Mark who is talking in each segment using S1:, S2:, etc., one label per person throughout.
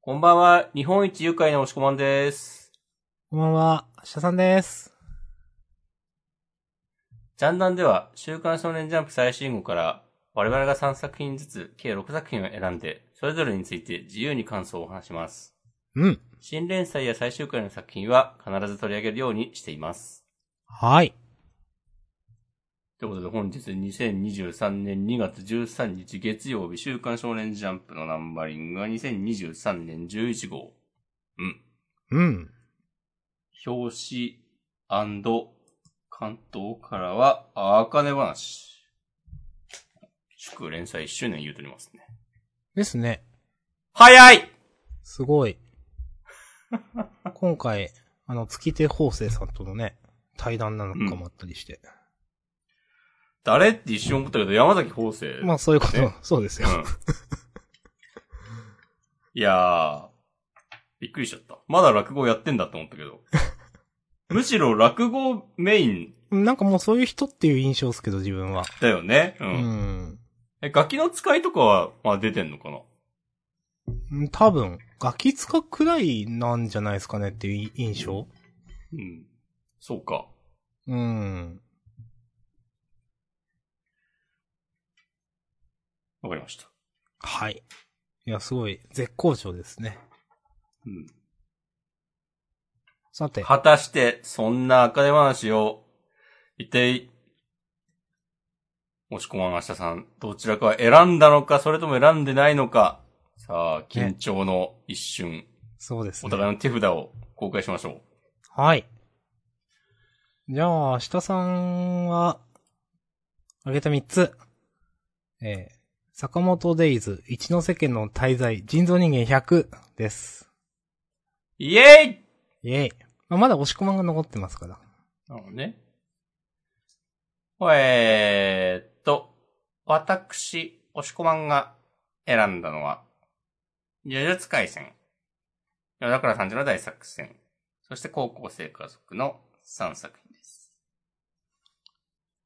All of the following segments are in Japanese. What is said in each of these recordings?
S1: こんばんは、日本一愉快な押し込まんです。
S2: こんばんは、シャさんです。
S1: ジャンダンでは、週刊少年ジャンプ最新号から、我々が3作品ずつ、計6作品を選んで、それぞれについて自由に感想を話します。
S2: うん。
S1: 新連載や最終回の作品は、必ず取り上げるようにしています。
S2: はい。
S1: ということで、本日2023年2月13日月曜日、週刊少年ジャンプのナンバリングが2023年11号。うん。
S2: うん。
S1: 表紙関東からは、あかね話。祝連載1周年言うとりますね。
S2: ですね。
S1: 早い
S2: すご い。今回、あの、月手法生さんとのね、対談なんかもあったりして。
S1: 誰って一瞬思ったけど、山崎法生。
S2: まあ、そういうこと、
S1: ね
S2: そうですよ。
S1: うん。いやー、びっくりしちゃった。まだ落語やってんだと思ったけ ど。むしろ落語メイン
S2: なんかもうそういう人っていう印象ですけど、自分は。
S1: だよね。う。
S2: うんん。
S1: え、ガキの使いとかは、まあ出てんのかな
S2: 多分、ガキ使くらいなんじゃないですかねっていう印象。
S1: うん。そうか。
S2: うん。
S1: わかりました。
S2: はい。いや、すごい、絶好調ですね。
S1: うん。
S2: さて、
S1: 果たして、そんな赤手話を、一体、もしこまん明日さん、どちらかは選んだのか、それとも選んでないのか、さあ、緊張の一瞬、
S2: そうですね。
S1: お互いの手札を公開しましょう。
S2: はい。じゃあ、下さんは、あげた3つ。えー、坂本デイズ、一ノ瀬家の滞在、人造人間100です。
S1: イエーイ
S2: イェイ。まあ、まだ押し込まんが残ってますから。
S1: なるほどね。えーっと、私、押し込まんが選んだのは、呪術廻戦、夜桜さんちの大作戦、そして高校生家族の3作品です。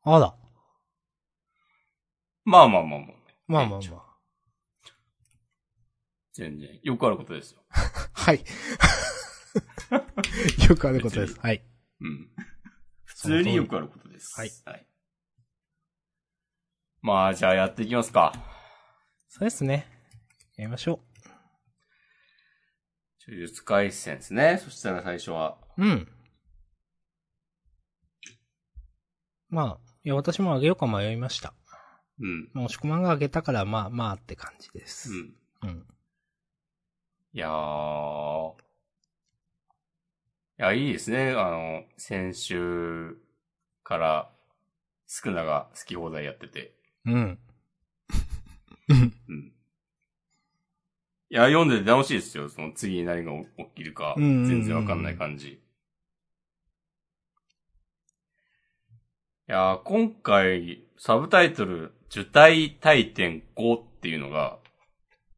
S2: あら。
S1: まあまあまあまあ、
S2: まあま
S1: い
S2: あ
S1: いじゃ
S2: まあ。
S1: 全然、よくあることですよ。
S2: はい。 よくあることです。はい。
S1: うん。普
S2: その
S1: 通
S2: 通り
S1: によくあることです。
S2: はい
S1: はい、まあ、じゃあやっていきますか。
S2: そうですね。やりましょ
S1: 呪術廻戦ですね。そしたら最初は、
S2: う。うん。まあ、いや、私もあげようか迷いました。
S1: うん、
S2: まあ押し込まんがあげたから、まあまあって感じです。
S1: うん。
S2: うん。
S1: いやー。いや、いいですね。あの、先週から、スクナが好き放題やってて。
S2: うん。
S1: うん。いや、読んでて楽しいですよ。その次に何が起きるか、
S2: うんうんうんうん
S1: 全然わかんない感じ。いやー、今回、サブタイトル、受胎体点5っていうのが、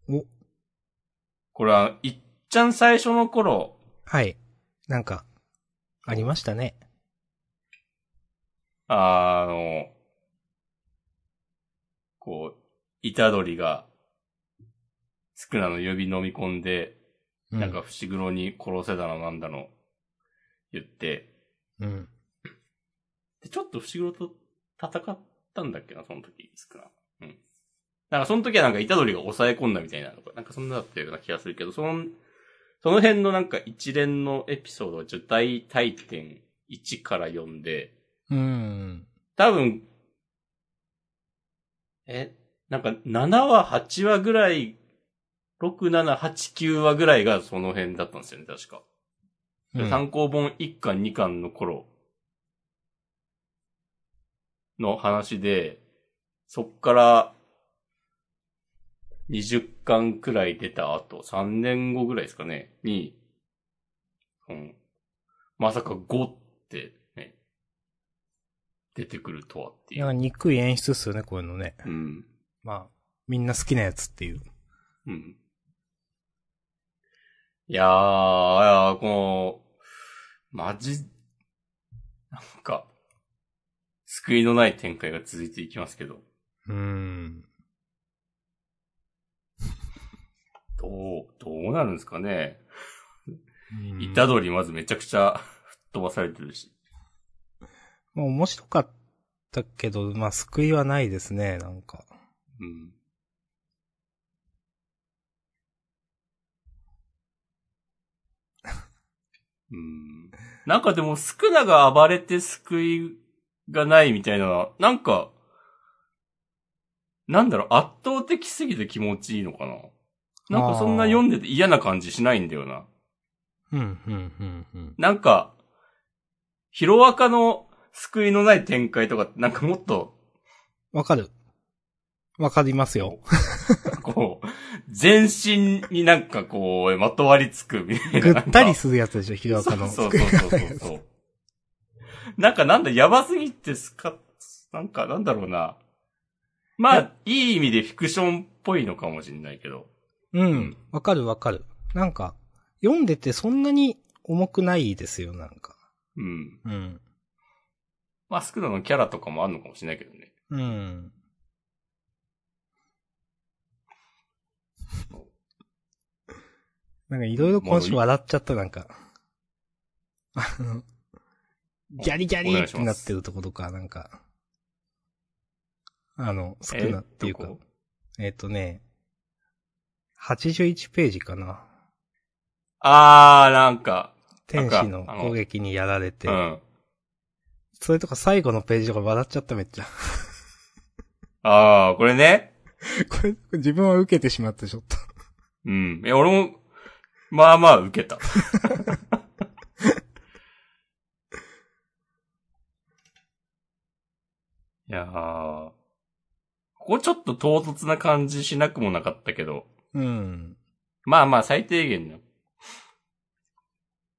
S2: お
S1: これは、いっちゃん最初の頃、
S2: はい。なんか、ありましたね。
S1: あの、こう、イタドリが、スクナの指飲み込んで、
S2: う
S1: なんか、伏黒に殺せだのなんだの、言って、
S2: うん。
S1: で、ちょっと伏黒と戦ったんだっけな、その時、スクナ。うん。なんかその時はなんかイタドリが抑え込んだみたいなのか、なんかそんなだったような気がするけど、その、その辺のなんか一連のエピソードを受胎体験1から読んで、
S2: うん。
S1: 多分、え、なんか7話、8話ぐらい、6、7、8、9話ぐらいがその辺だったんですよね、確か。
S2: うん
S1: 参考本1巻、2巻の頃の話で、そっから20巻くらい出た後、3年後ぐらいですかね、に、うん、まさか5ってね、出てくるとはって
S2: い
S1: いう
S2: や、。憎い演出っすよね、こういうのね。
S1: うん。
S2: まあ、みんな好きなやつっていう。
S1: うん。いやー、いやーこの、マジ、なんか、救いのない展開が続いていきますけど、
S2: うん。
S1: どう、どううなるんですかね。
S2: うん
S1: イタドリまずめちゃくちゃ吹っ飛ばされてるし。
S2: まあ面白かったけど、まあ、救いはないですね、なんか。
S1: うん。うん。なんかでも、スクナが暴れて救いがないみたいなのは、なんか、なんだろう、圧倒的すぎて気持ちいいのかななんかそんな読んでて嫌な感じしないんだよな。
S2: うん、うん、うん、うん。
S1: なんか、ヒロアカの救いのない展開とかって、なんかもっと、
S2: わかる。わかります よ。
S1: こう、全身になんかこう、まとわりつくみたいな。
S2: ぐったり
S1: す
S2: するやつでしょ、ヒロアカの。
S1: そうそうそうそうそう。なんかなんだ、やばすぎてすか、なんかなんだろうな。まあ、いい意味でフィクションっぽいのかもしれないけど。
S2: うん。わかるわかる。なんか、読んでてそんなに重くないですよ、なんか。
S1: うん。
S2: うん。
S1: まあ、スクラのキャラとかもあるのかもしれないけどね。
S2: うん。なんかいろいろ今週笑っちゃった、な んか。あの、ギャリギャリってなってるとことか、なんか。あの、少なっていう
S1: え
S2: か
S1: ど。こ
S2: えっとね、81ページかな。
S1: あー、なんか、
S2: 天使の
S1: なんかあの
S2: 攻撃にやられて
S1: う。ん。
S2: それとか最後のページとか笑っちゃっためっ ちゃ。
S1: あー、これね。
S2: これ、自分は受けてしまった、ちょっと。
S1: うん。え、俺も、まあまあ受けた。いやー。ここちょっと唐突な感じしなくもなかったけど、
S2: うん。
S1: まあまあ最低限の、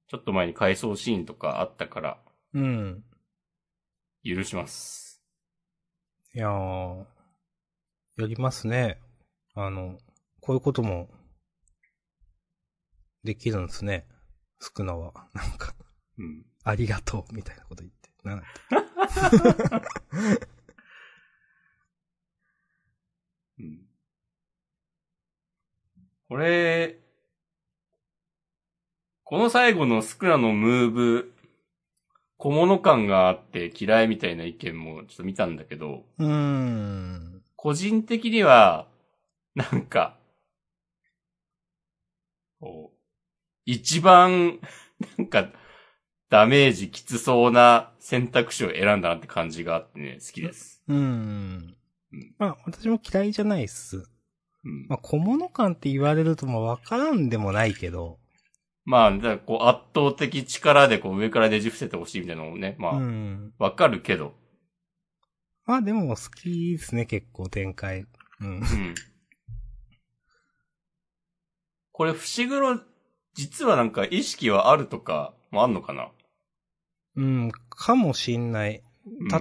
S1: ちょっと前に回想シーンとかあったから、
S2: うん。
S1: 許します。
S2: いやー、やりますね。あの、こういうことも、できるんですね。スクナは。 なんか、
S1: うん。
S2: ありがとう、みたいなこと言って。なんだっ
S1: うん。これ、この最後のスクラのムーブ、小物感があって嫌いみたいな意見もちょっと見たんだけど、
S2: けうーん。
S1: 個人的には、なんか、こう、一番、なんか、ダメージきつそうな選択肢を選んだなって感じがあってね、好きです。
S2: うーん
S1: うん。
S2: まあ、私も嫌いじゃないっす。
S1: うん
S2: まあ、小物感って言われるともわからんでもないけど。
S1: まあ、だからこう圧倒的力でこう上からねじ伏せてほしいみたいなのもね、ま
S2: う
S1: あ、
S2: ん。
S1: わかるけど、
S2: まあ、でも好きですね、結構展開。うん。
S1: うん。これ、伏黒、実はなんか意識はあるとかもあんのかな
S2: うん、かもしんない。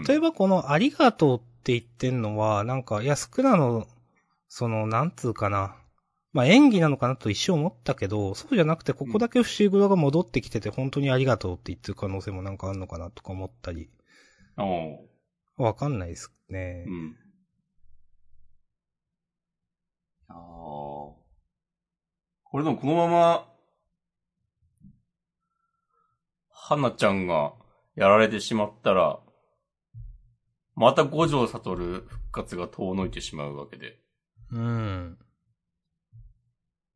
S2: 例え
S1: ば、
S2: ばこのありがとうって言ってんのは、なんか、いや、スクナの、その、なんつうかな。まあ演技なのかなと一瞬思ったけど、そうじゃなくて、ここだけ伏黒が戻ってきてて、本当にありがとうって言ってる可能性もなんかあるのかなとか思ったり。
S1: うんおう
S2: わかんないですね
S1: う。ん。ああ。これでもこのまま、花ちゃんがやられてしまったら、また五条悟復活が遠のいてしまうわけで。
S2: うん。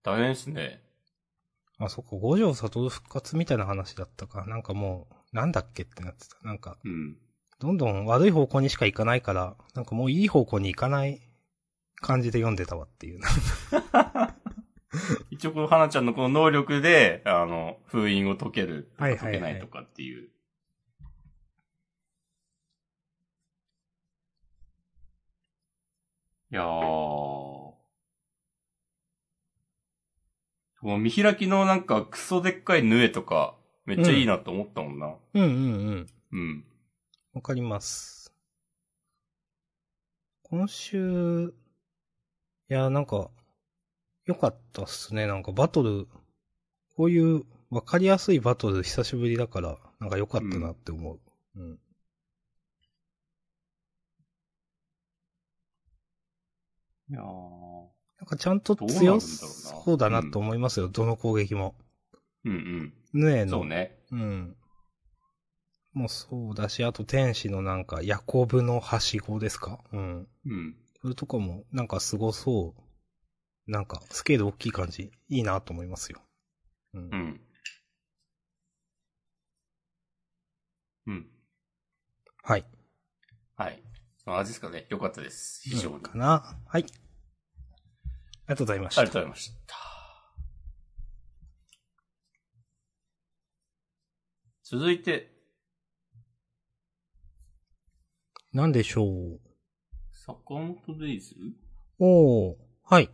S1: 大変ですね。
S2: あ、そっか、五条悟復活みたいな話だったか。なんかもう、なんだっけってなってた。なんか、
S1: うん。
S2: どんどん悪い方向にしか行かないから、なんかもういい方向に行かない感じで読んでたわっていう。
S1: 一応この花ちゃんのこの能力で、あの、封印を解けるとか
S2: はいは
S1: 解
S2: いはい
S1: けないとかっていう。いやー。この見開きのなんかクソでっかいヌエとか、めっちゃいいなと思ったもんな。
S2: うんうんうん。
S1: うん。
S2: わかります。今週、いや、なんか、良かったっすね。なんかバトル、こういうわかりやすいバトル久しぶりだから、なんか良かったなって思う。うん。
S1: いやー。
S2: なんかちゃんと
S1: どうなるんだろう
S2: 強
S1: な
S2: そうだなと思いますよ、どの攻撃も。
S1: うん
S2: ヌエ
S1: うん。
S2: の。
S1: そうね。
S2: うん。もうそうだし、あと天使のなんか、ヤコブのはしごですかうん。
S1: うん。
S2: それとかも、なんかすごそう。なんか、スケール大きい感じ、いいなと思いますよ。うん
S1: う。ん。うん。
S2: はい。
S1: はい。そんな感じですかね。よかったです。非常に。
S2: か
S1: あ
S2: な。はい。ありがとうございました
S1: りがとう。ございました。続いて、
S2: なんでしょう。
S1: 坂本デイズ
S2: おー。はい。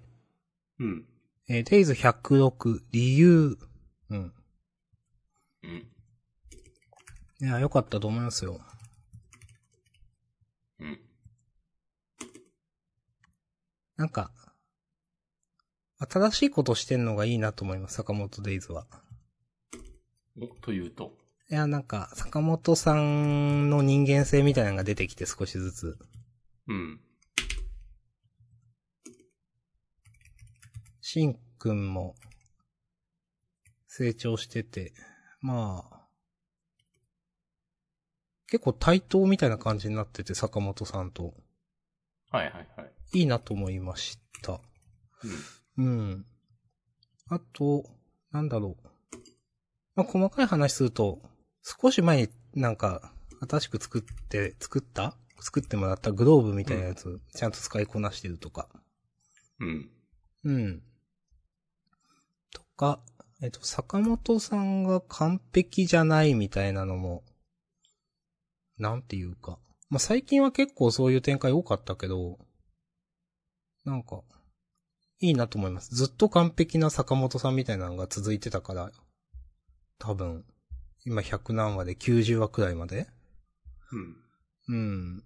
S1: うん。
S2: えー、デイズ106、理由。うん。
S1: うん。
S2: いや、良かったと思いますよ。
S1: うん。
S2: なんか、新しいことしてんのがいいなと思います、坂本デイズは。
S1: お、というと。
S2: いや、なんか、坂本さんの人間性みたいなのが出てきて少しずつ。
S1: うん。
S2: しんくんも、成長してて、まあ、結構対等みたいな感じになってて、坂本さんと。
S1: はいはいはい。
S2: いいなと思いました。うん。あと、なんだろう。まあ、細かい話すると、少し前になんか、新しく作って、作った作ってもらったグローブみたいなやつ、ちゃんと使いこなしてるとか。
S1: うん。うん。
S2: うん。とか、えっと、坂本さんが完璧じゃないみたいなのも、なんていうか。まあ、最近は結構そういう展開多かったけど、なんか、いいなと思います。ずっと完璧な坂本さんみたいなのが続いてたから、多分、今100何話で90話くらいまで
S1: うん。
S2: うん。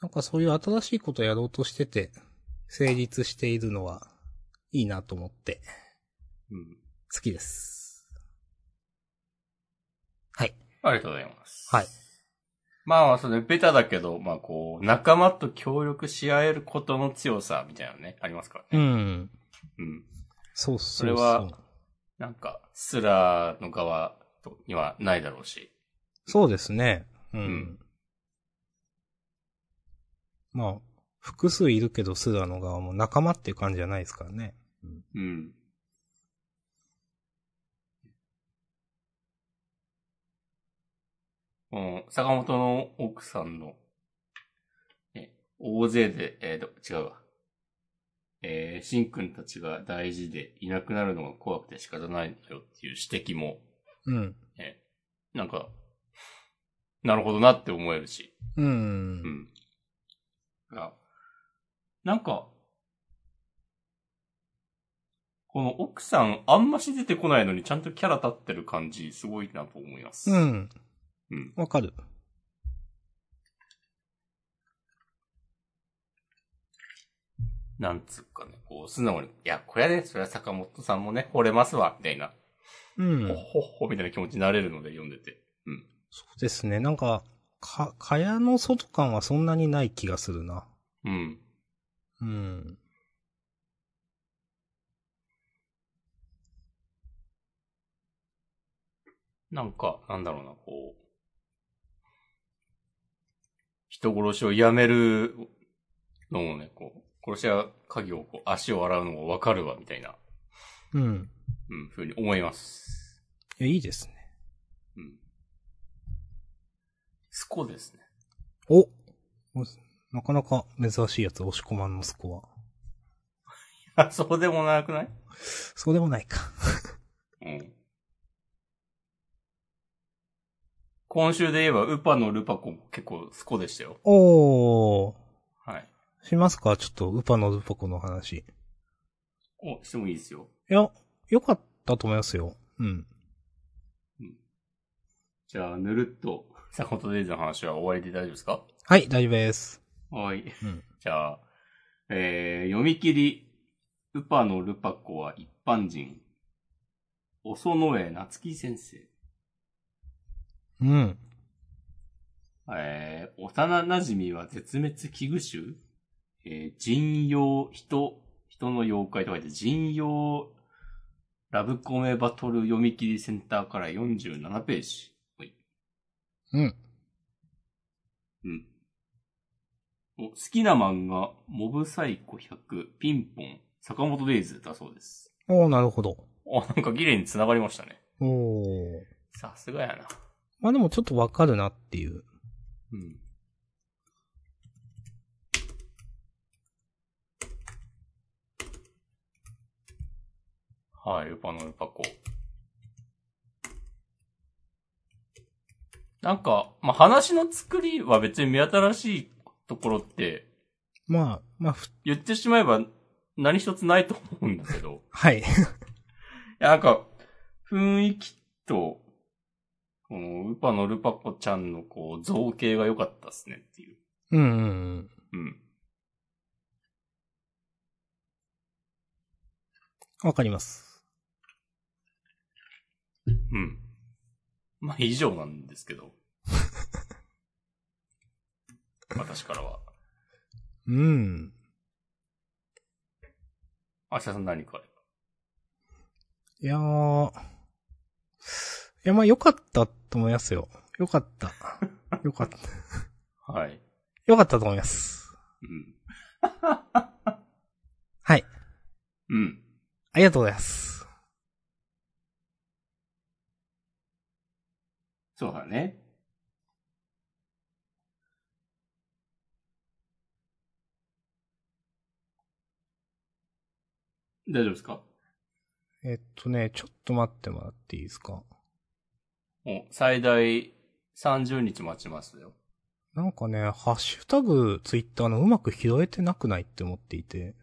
S2: なんかそういう新しいことやろうとしてて、成立しているのは、いいなと思って、
S1: うん。
S2: 好きです。はい。
S1: ありがとうございます。
S2: はい。
S1: まあ、それ、ベタだけど、まあ、こう、仲間と協力し合えることの強さみたいなのね、ありますから
S2: う
S1: ね。
S2: ん。
S1: うん。
S2: そうそうそう。
S1: れはなんか、スラーの側にはないだろうし。
S2: そうですね。うん。
S1: うん
S2: まあ、複数いるけど、スダの側も仲間っていう感じじゃないですからね。
S1: うん。この坂本の奥さんの、ね、大勢で、えーと、違うわ。えー、しんくんたちが大事でいなくなるのが怖くて仕方ないのよっていう指摘も、
S2: うん。
S1: ね、なんか、なるほどなって思えるし。
S2: うん。
S1: うん。あ、なんか、この奥さんあんまし出てこないのにちゃんとキャラ立ってる感じすごいなと思います。
S2: う。ん。
S1: うん。
S2: わかる。
S1: なんつうかね、こう素直に、いや、これはね、それは坂本さんもね、惚れますわ、みたいな、
S2: うん。
S1: ほっほっほみたいな気持ちになれるので読んでて。
S2: そうですね。なんか、か、蚊帳の外感はそんなにない気がするな。
S1: うん。
S2: うん。
S1: なんか、なんだろうな、こう、人殺しをやめるのもね、こう、殺し屋鍵をこう足を洗うのもわかるわ、みたいな。
S2: うん。
S1: うん、ふうに思います。
S2: いや、いいですね。
S1: うん。スコですね。
S2: おおなかなか珍しいやつ、押し込まんのスコア。
S1: あ、そうでもなくない
S2: そうでもないか。
S1: うん。今週で言えば、ウパのルパコ結構スコでしたよ。
S2: おー。
S1: はい。
S2: しますかちょっと、ウパのルパコの話。い
S1: お、してもいいですよ。
S2: や、よかったと思いますよ。うん。
S1: じゃあ、ぬるっと、坂本デイズの話は終わりで大丈夫ですか
S2: はい、大丈夫です。
S1: はい。
S2: うん。
S1: じゃあ、えー、読み切り、ウパのルパコは一般人、おそのえなつき先生。
S2: うん。
S1: えー、幼馴染は絶滅危惧種えー、人妖、人、人の妖怪と書いて、人妖ラブコメバトル読み切りセンターから47ページ。はい
S2: うん。
S1: うん。お好きな漫画、モブサイコ100、ピンポン、坂本デイズだそうです。
S2: おー、なるほど。
S1: あ、なんかギレに繋がりましたね。
S2: おー。
S1: さすがやな。
S2: まあでもちょっとわかるなっていう。
S1: うん。はい、ルパのルパコ。なんか、まあ、話の作りは別に目新しいところって、
S2: まあ、まあ、ふ
S1: 言ってしまえば何一つないと思うんだけど。
S2: はい。
S1: いや、なんか、雰囲気と、この、ウパのルパコちゃんの、こう、造形が良かったっすねっていう。
S2: うんうんうん。
S1: うん。
S2: わかります。
S1: うん。まあ、以上なんですけど。私からは。
S2: うん。
S1: あしさん何かあれば
S2: いやー。いや、まあ良かったと思いますよ。良かった。良かった。
S1: はい。
S2: 良かったと思います。
S1: うん。
S2: はい。
S1: うん。
S2: ありがとうございます。
S1: そうだね。大丈夫ですか
S2: えっとね、ちょっと待ってもらっていいですか。
S1: お、最大30日待ちますよ。
S2: なんかね、ハッシュタグ、ツイッターのうまく拾えてなくないって思っていて。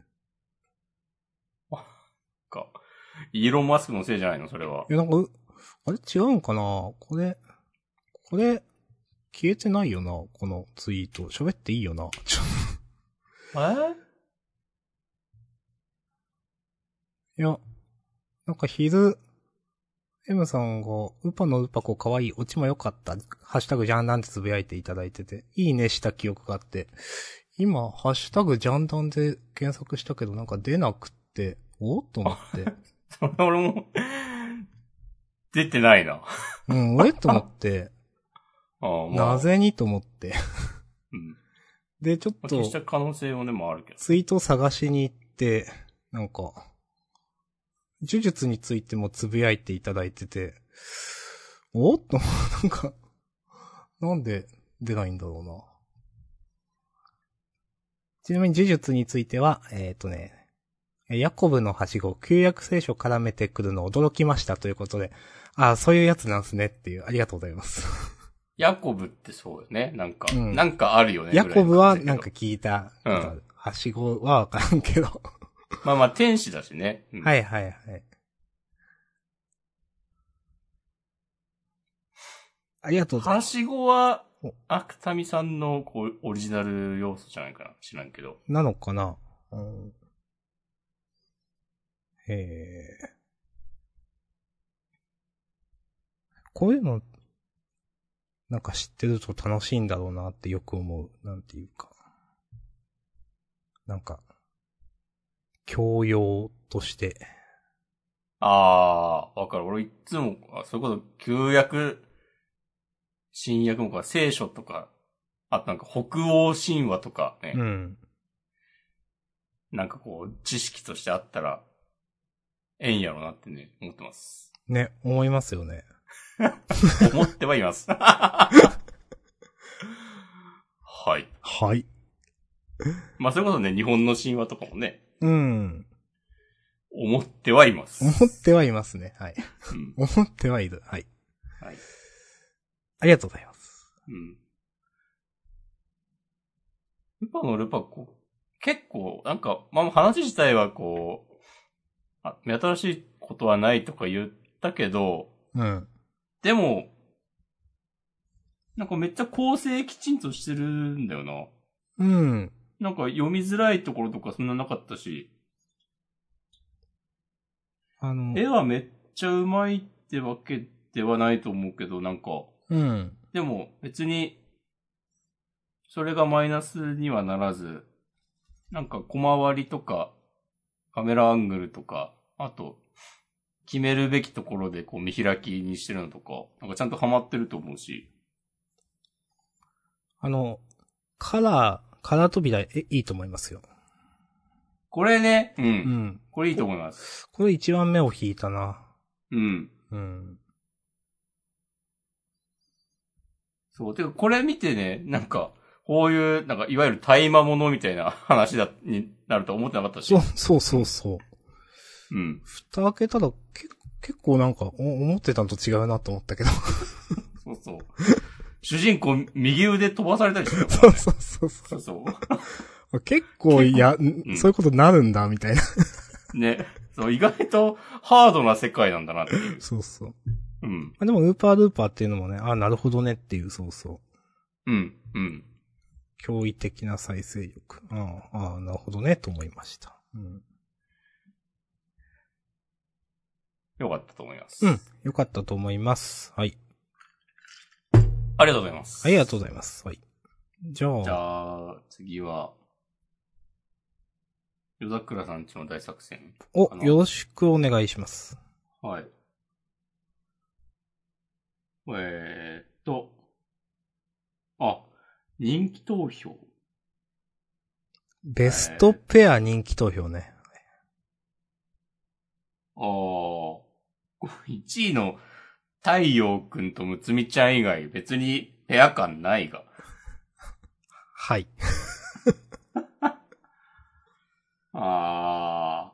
S1: か。イーロンマスクのせいじゃないのそれは。
S2: いや、なんかう、あれ違うんかなこれ、これ、消えてないよなこのツイート。喋っていいよなちょ
S1: え
S2: いや、なんか昼、M さんが、ウパのウパコかわいい、オチも良かった、ハッシュタグジャンダンってつぶやいていただいてて、いいねした記憶があって、今、ハッシュタグジャンダンで検索したけど、なんか出なくって、おっと思って。
S1: それ 俺も、出てないな。あ
S2: うん、俺と思って、
S1: あ、 まあ
S2: なぜにと思って。
S1: うん。
S2: で、ちょっ
S1: 消した
S2: と、
S1: 可能性もね、もあるけど。
S2: ツイート探しに行って、なんか、呪術についてもつぶやいていただいてて、おっ と、なんか、なんで出ないんだろうな。ちなみに呪術については、えっ、とね、ヤコブのはしご、旧約聖書絡めてくるの驚きましたということで、ああ、そういうやつなんすねっていう、ありがとうございます。
S1: ヤコブってそうよね。なんか、
S2: うん
S1: なんかあるよね。
S2: ヤコブは
S1: ぐら
S2: ないん
S1: の感
S2: か
S1: じだ
S2: 聞いた
S1: う
S2: こと
S1: ん
S2: ある。はしごはわからんけど。
S1: けど。まあまあ、天使だしね。うん
S2: はいはいはい。ありがとうござい
S1: は
S2: ます。
S1: しごは
S2: お、
S1: アクタミさんの、こう、オリジナル要素じゃないかな。知らんけど。
S2: なのかなうん。へえ。こういうの、なんか知ってると楽しいんだろうなってよく思う。なんていうか。なんか、教養として。
S1: ああ、わかる。俺いっつも、あそれこそ旧約、新約もか、聖書とか、あとなんか北欧神話とかね、
S2: うん。
S1: なんかこう、知識としてあったら、ええんやろうなってね、思ってます。
S2: ね、思いますよね。
S1: 思ってはいます。はい。
S2: はい。
S1: まあ、それこそね、日本の神話とかもね、
S2: うん。
S1: 思ってはいます。
S2: 思ってはいますね。はい。
S1: うん
S2: 思ってはいる。はい。
S1: はい。
S2: ありがとうございます。
S1: うん。ルパのルパコ、結構、なんか、まあ、話自体はこう、あ、目新しいことはないとか言ったけど、
S2: うん。
S1: でも、なんかめっちゃ構成きちんとしてるんだよな。
S2: うん。
S1: なんか読みづらいところとかそんななかったし、
S2: あの、
S1: 絵はめっちゃうまいってわけではないと思うけど、なんか、
S2: うん。
S1: でも別にそれがマイナスにはならず、なんか小回りとか、カメラアングルとか、あと、決めるべきところでこう見開きにしてるのとか、なんかちゃんとハマってると思うし、
S2: あの、カラー、カラー扉、え、いいと思いますよ。
S1: これね、うん。
S2: うん。
S1: これいいと思います。
S2: これ一番目を引いたな。
S1: うん。
S2: うん。
S1: そう。てか、これ見てね、なんか、こういう、なんか、いわゆる大魔物みたいな 話だ、になると思ってなかったし。
S2: そう、そうそうそう。
S1: うん。
S2: 蓋開けたら、け結構なんか、お思ってたのと違うなと思ったけど。
S1: そうそう。主人公、右腕飛ばされたりしてるか
S2: そ
S1: ら
S2: う
S1: ね。
S2: そうそうそ。
S1: そうそう
S2: 結構、いや、
S1: ん
S2: そういうことなるんだ、みたいな。
S1: う。ね。そう、意外とハードな世界なんだなっていう。
S2: そうそう。
S1: うん。
S2: あでも、ウーパールーパーっていうのもね、あなるほどねっていう、そうそう。
S1: うん。うん。
S2: 驚異的な再生力。ああ、ああなるほどね、と思いました。うん。
S1: よかったと思います。
S2: うん。よかったと思います。はい。
S1: ありがとうございます。
S2: ありがとうございます。はい。じゃあ、
S1: じゃあ、次は、夜桜さんちの大作戦。あ
S2: お、
S1: の
S2: よろしくお願いします。
S1: はい。えーっと、あ、人気投票。
S2: ベストペア人気投票ね。
S1: ああ、1位の太陽くんとむつみちゃん以外別にペア感ないが。
S2: はい。
S1: ああ。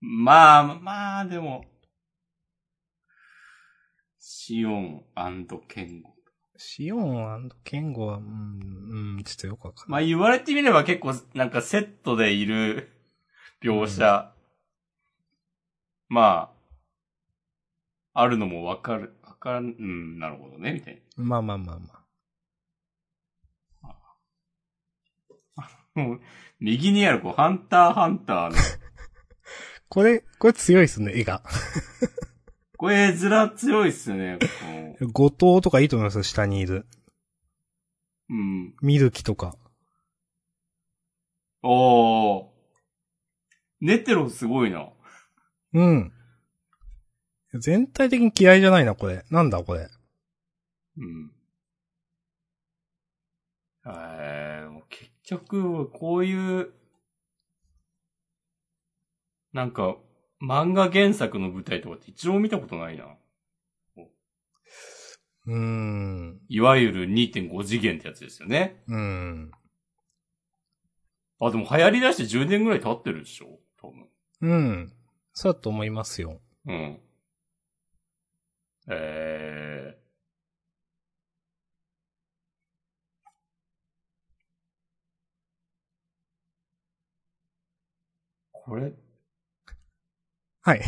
S1: まあ、まあ、でも、シオンケンゴ。
S2: シオンケンゴは、うん、うん、ちょっとよくわかん
S1: ま
S2: な
S1: あ
S2: い。
S1: 言われてみれば結構なんかセットでいる描写。まあ、あるのもわかる、わかん、うん、なるほどね、みたい
S2: まあまあまあま
S1: な。もう、右にあるこう、ハンターハンターの、
S2: あ。これ、これ強いですね、絵が。
S1: これ絵面強いっすね、こう。
S2: 後藤とかいいと思いますよ、下にいる。
S1: うん。
S2: ミルキとか。
S1: おー。ネテロすごいな。
S2: うん。全体的に嫌いじゃないな、これ。なんだ、これ。
S1: うん。えー、もう結局、こういう、なんか、漫画原作の舞台とかって一応見たことないな。
S2: うーん。
S1: いわゆる2.5次元ってやつですよね。
S2: うん。
S1: あ、でも流行り出して10年ぐらい経ってるでしょ多分。
S2: うん。そうだと思いますよ。
S1: うん。えー。これ、
S2: はい。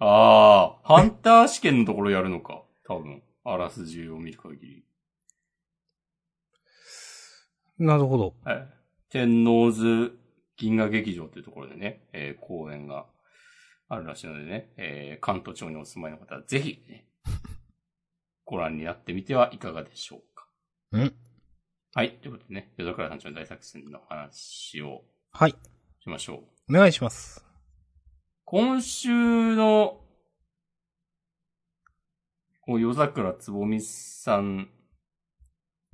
S1: ああ、ハンター試験のところやるのか。多分、あらすじを見る限り。
S2: なるほど。
S1: はい。天王洲銀河劇場っていうところでね、えー公演があるらしいのでね、えー関東地方にお住まいの方はぜひ、ね、ご覧になってみてはいかがでしょうか。
S2: うん。
S1: はい。ということでね、夜桜さんちの大作戦の話を
S2: はい。
S1: しましょう。
S2: お願いします。
S1: 今週の、こう夜桜つぼみさん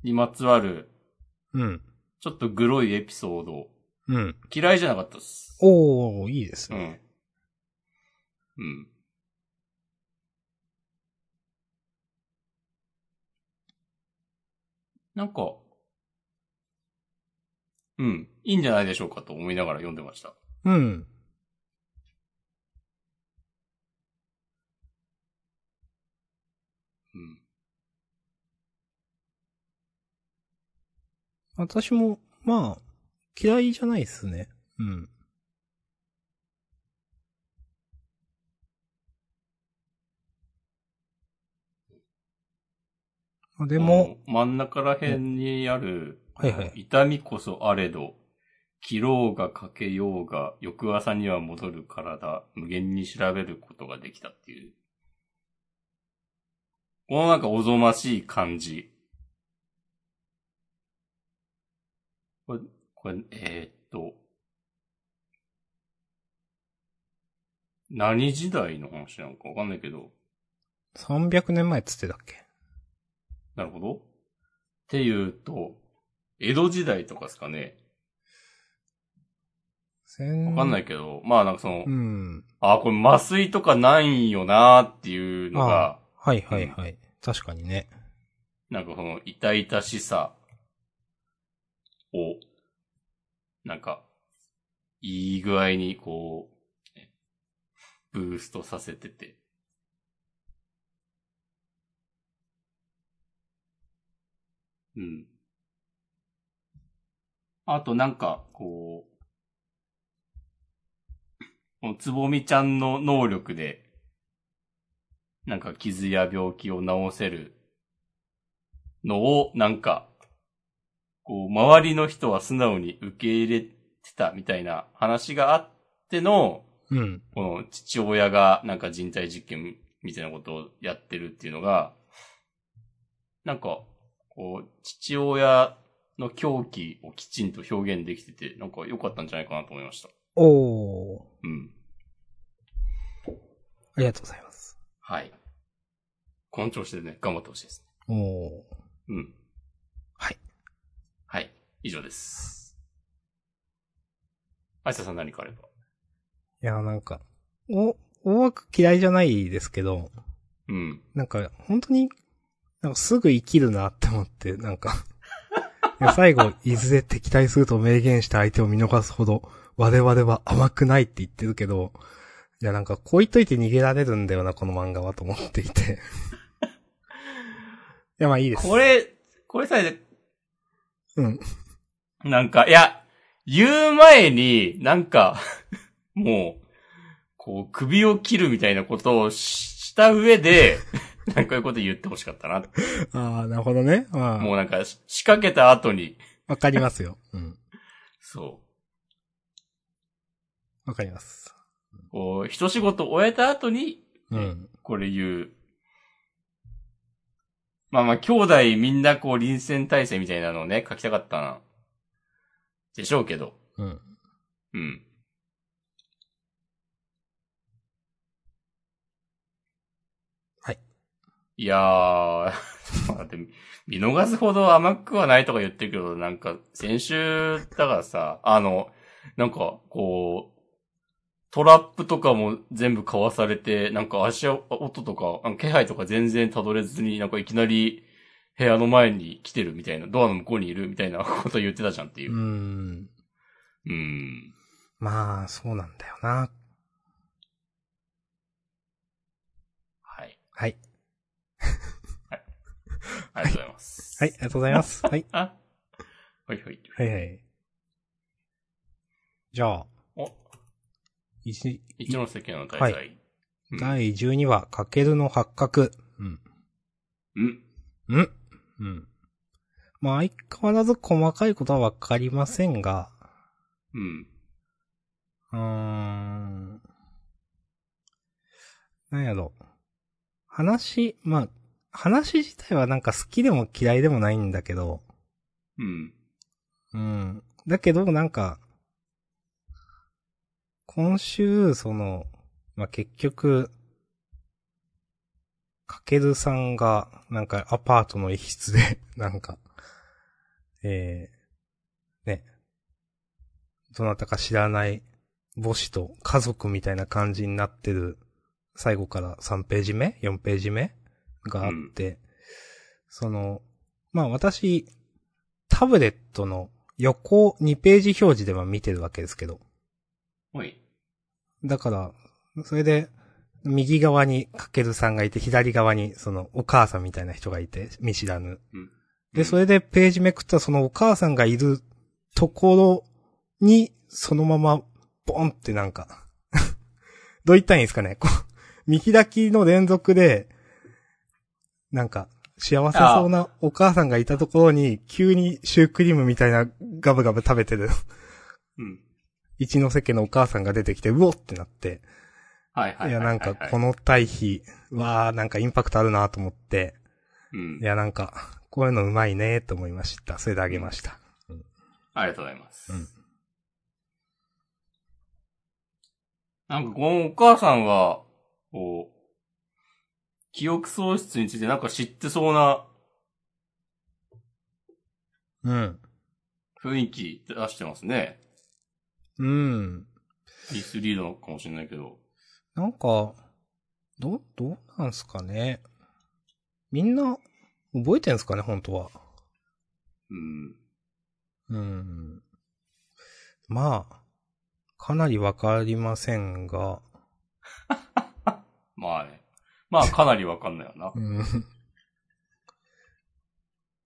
S1: にまつわる、
S2: うん。
S1: ちょっとグロいエピソード、
S2: うん。
S1: 嫌いじゃなかったっす。
S2: おー、いいです
S1: う
S2: ね。
S1: ん。うん。なんか、うん、いいんじゃないでしょうかと思いながら読んでました。
S2: うん。
S1: うん。
S2: 私も、まあ、嫌いじゃないっすね。うん。あでも、
S1: あの、真ん中ら辺にある、
S2: はいはい。
S1: 痛みこそあれど、切ろうがかけようが、翌朝には戻る体、無限に調べることができたっていう。このなんかおぞましい感じ。これ、これ、えーっと、何時代の話なのかわかんないけど、
S2: 300年前っつってたっけ
S1: なるほど。っていうと、江戸時代とかですかね。わ
S2: わ。
S1: かんないいけど、まあなんかその、
S2: うん。
S1: あーこれ麻酔とかないんよなーっていうのが、
S2: はいはいはい。確かにね。
S1: なんかその痛々しさを、なんか、いい具合にこう、ねブーストさせてて。うん。あとなんか、こう、このつぼみちゃんの能力で、なんか傷や病気を治せるのを、なんか、こう、周りの人は素直に受け入れてたみたいな話があっての、
S2: うん。
S1: この父親がなんか人体実験みたいなことをやってるっていうのが、なんか、こう、父親の狂気をきちんと表現できてて、なんか良かったんじゃないかなと思いました。
S2: おー。
S1: うん。
S2: ありがとうございます。
S1: はい。この調子でね、頑張ってほしいですね。
S2: おー。
S1: うん。
S2: はい。
S1: はい。以上です。あいささん何かあれば。
S2: いや、なんか、お、大枠嫌いじゃないですけど、
S1: うん。
S2: なんか、本当に、なんかすぐ生きるなって思って、な んかいや、最後、いずれ敵対すると明言した相手を見逃すほど、我々は甘くないって言ってるけど、いや、なんか、こう言っといて逃げられるんだよな、この漫画はと思って いて。いや、まあいいです。
S1: これ、これさえ、
S2: うん。
S1: なんか、いや、言う前に、なんか、 もう、こう、首を切るみたいなことをしした上で、 なんかこういうこと言ってほしかったな。
S2: ああ、なるほどね。ま
S1: も
S2: あ、
S1: うなんか、し仕掛けた後に、
S2: わかりますよ。うん。
S1: そ
S2: わかります。
S1: う、こう、一仕事終えた後に、
S2: うん。
S1: これ言う。まあまあ、兄弟みんなこう、臨戦態勢みたいなのをね、書きたかったな。でしょうけど。
S2: うん。
S1: うん。
S2: はい。
S1: いやー、 だって見逃すほど甘くはないとか言ってるけど、なんか、先週、だからさ、あの、なんか、こう、トラップとかも全部かわされて、なんか足音とか、あの気配とか全然辿れずに、なんかいきなり部屋の前に来てるみたいな、ドアの向こうにいるみたいなこと言ってたじゃんっていうう。
S2: ん。
S1: うん。
S2: まあ、そうなんだよな。
S1: はい。
S2: はい。
S1: ありがとうございます。
S2: はい、ありがとうございます。 はい。
S1: あはいはい。
S2: はいはい。じゃあ、
S1: お、
S2: 一
S1: 一ノ関の大
S2: は
S1: 罪。うん
S2: 第12話、かけるの八角。うん。
S1: うん。
S2: うん。うん。まあ、相変わらず細かいことはわかりませんが、
S1: うん。
S2: うーん。なんやろ。話、まあ、話自体はなんか好きでも嫌いでもないんだけど、
S1: うん。
S2: うん。だけど、なんか、今週、その、まあ、結局、かけるさんが、なんかアパートの一室で、 なんか、えー、ね、どなたか知らない母子と家族みたいな感じになってる、最後から3ページ目 ?4 ページ目があって、その、まあ私、タブレットの横2ページ表示では見てるわけですけど。
S1: おい。
S2: だから、それで、右側にかけるさんがいて、左側にそのお母さんみたいな人がいて、見知らぬ。で、そ
S1: れ。
S2: れでページめくったらそのお母さんがいるところに、そのまま、ボンってなんか、 どう言ったらいいんですかね、こう、見開きの連続で、なんか、幸せそうなお母さんがいたところに、急にシュークリームみたいなガブガブ食べてる
S1: うん。
S2: 一ノ瀬家のお母さんが出てきて、うおってなって、
S1: はいはいいはい
S2: や、
S1: はいは。
S2: ないんか、この対比は、なんかインパクトあるなと思って、
S1: うん
S2: い。や、なんか、こういうのうまいねと思いました。それであげました。
S1: ありがとうございます。
S2: うん
S1: なんか、このお母さんが、こう、記憶喪失についてなんか知ってそうな
S2: うん。
S1: 雰囲気出してますね。
S2: うん。
S1: ミスリードなのかもしれないけど。
S2: なんか、ど、どうなんすかね。みんな、覚えてんすかね、本当は。
S1: うん。
S2: うん。まあ、かなりわかりませんが、
S1: まあね。まあ、かなりわかんないよな。
S2: うん。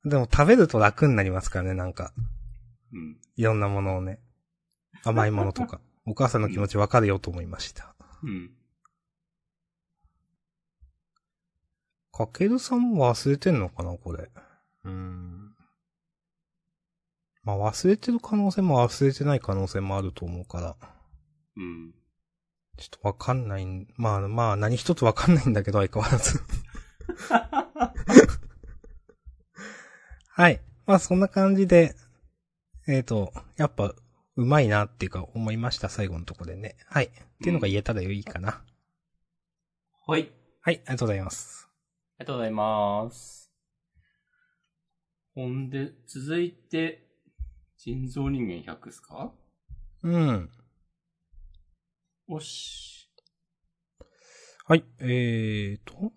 S2: でも食べると楽になりますからね、なんか。
S1: うん。
S2: いろんなものを ね。甘いものとか。お母さんの気持ちわかるよと思いました。
S1: うん。
S2: かけるさんも忘れてんのかな、これ。うん。まあ忘れてる可能性も忘れてない可能性もあると思うから。
S1: うん。
S2: ちょっとわかんないん。まあまあ何一つわかんないんだけど、相変わらず。はい。まあそんな感じで、えっ、と、やっぱ、うまいなっていうか思いました、最後のとこでね。はい。っていうのが言えたらいいかな。
S1: はい。あり
S2: はい、ありがとうございます。
S1: がとうございます。ほんで、続いて、人造人間100っすか
S2: うん。
S1: おし。
S2: はい、えーと。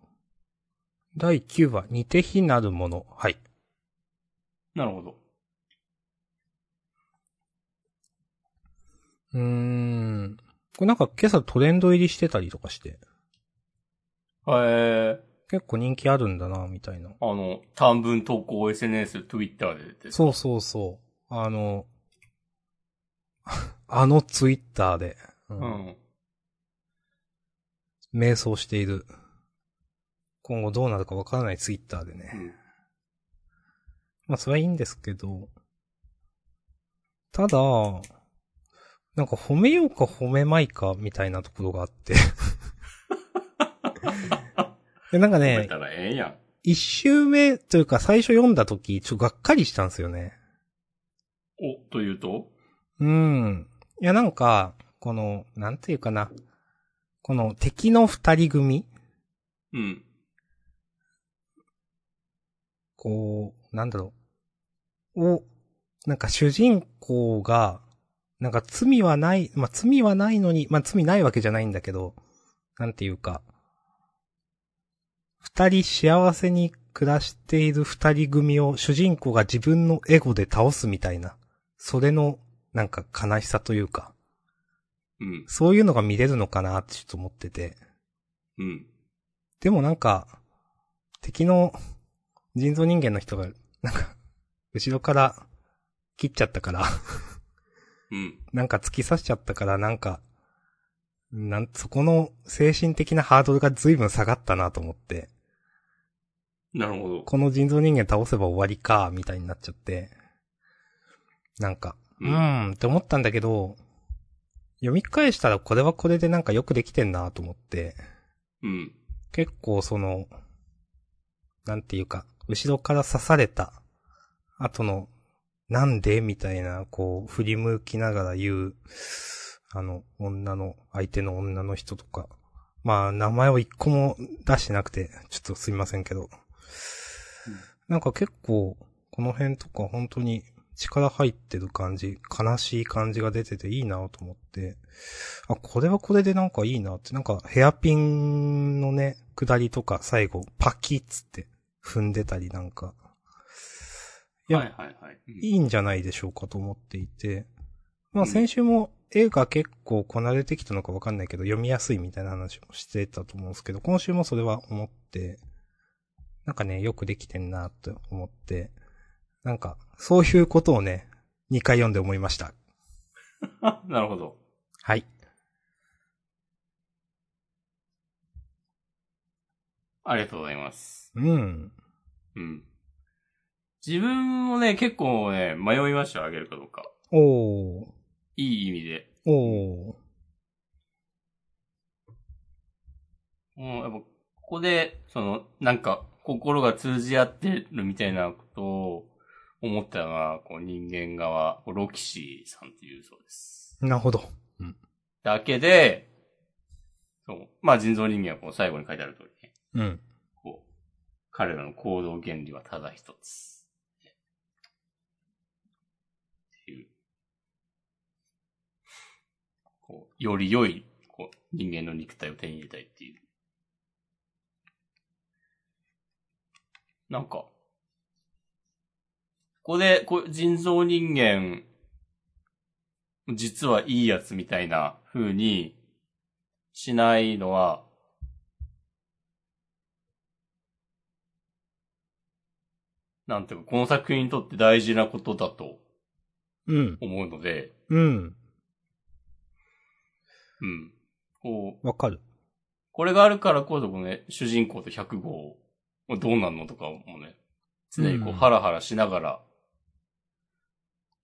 S2: 第9話、似て非なるもの。はい。
S1: なるほど。
S2: うーん。これなんか今朝トレンド入りしてたりとかして、
S1: え
S2: 結構人気あるんだな、みたいな。
S1: ー、あの、短文投稿 SNS、Twitter で出てる
S2: そうそうそう。あの、 あのツイッターで、う
S1: うんん。
S2: 迷走している。今後どうなるかわからないツイッターでね。まあ、それはいいんですけど。ただ、なんか褒めようか褒めまいかみたいなところがあって。 でなんか
S1: ねえ。
S2: ね
S1: た、らええやん。
S2: 一周目というか最初読んだ時、ちょっとがっかりしたんですよね。
S1: お、というと
S2: うん。いや、なんか、この、なんていうかな。この敵の二人組
S1: うん。
S2: こう、なんだろう。を、なんか主人公が、なんか罪はない、まあ、罪はないのに、まあ、罪ないわけじゃないんだけど、なんていうか、二人幸せに暮らしている二人組を主人公が自分のエゴで倒すみたいな、それの、なんか悲しさというか、
S1: うん。
S2: そういうのが見れるのかなってちょっと思ってて。
S1: うん。
S2: でもなんか、敵の人造人間の人が、なんか、後ろから切っちゃったから、
S1: うん。
S2: なんか突き刺しちゃったから、なんか、なん、そこの精神的なハードルが随分下がったなと思って、
S1: なるほど。
S2: この人造人間倒せば終わりか、みたいになっちゃって、なんか、う
S1: うん。
S2: ーんって思ったんだけど、読み返したらこれはこれでなんかよくできてんなと思って、
S1: うん。
S2: 結構その、なんていうか、後ろから刺された後の、なんでみたいな、こう、振り向きながら言う、あの、女の、相手の女の人とか、まあ、名前を一個も出してなくて、ちょっとすいませんけど。なんか結構、この辺とか本当に力入ってる感じ、悲しい感じが出てていいなと思って、あ、これはこれでなんかいいなって、なんかヘアピンのね、下りとか最後、パキッつって踏んでたりなんか、いや
S1: はいはいはい。うん
S2: いいんじゃないでしょうかと思っていて、ま
S1: う
S2: あ
S1: ん
S2: 先週も絵が結構こなれてきたのかわかんないけど、読みやすいみたいな話もしてたと思うんですけど、今週もそれは思って、なんかね、よくできてんなと思って、なんか、そういうことをね、2回読んで思いました。
S1: なるほど。
S2: はい。
S1: ありがとうございます。
S2: うん。
S1: うん。自分もね、結構ね、迷いました、あげるかどうか。
S2: おー。
S1: いい意味で。
S2: おー。
S1: もうやっぱ、ここで、その、なんか、心が通じ合ってるみたいなことを、思ったのは、こう人間側、こうロキシーさんっていうそうです。
S2: なるほど。
S1: だけで、そう。まあ人造人間はこう最後に書いてある通りね。
S2: うん。
S1: こう、彼らの行動原理はただ一つ。っていう。こう、より良い、こう、人間の肉体を手に入れたいっていう。なんか、ここで、こう、人造人間、実はいいやつみたいな風にしないのは、なんていうか、この作品にとって大事なことだと
S2: うん。
S1: 思うので、
S2: うん。
S1: うん。こう、
S2: わかる。
S1: これがあるからこそこのね、主人公と100号、どうなんのとかもね、常にこう
S2: う
S1: んハラハラしながら、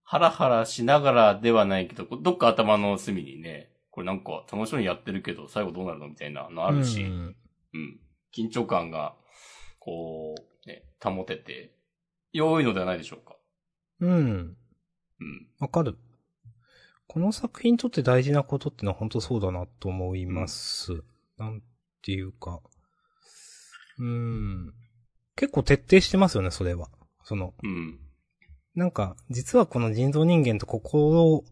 S1: ハラハラしながらではないけど、こうどっか頭の隅にね、これなんか楽しそうにやってるけど、最後どうなるのみたいなのあるし、
S2: うん。
S1: うん。緊張感が、こう、ね、保てて、良いのではないでしょうか。
S2: うん。
S1: うん。
S2: わかる。この作品にとって大事なことってのは本当そうだなと思います。なんていうか。うーん。結構徹底してますよね、それは。その、
S1: うん。
S2: なんか、実はこの人造人間と心を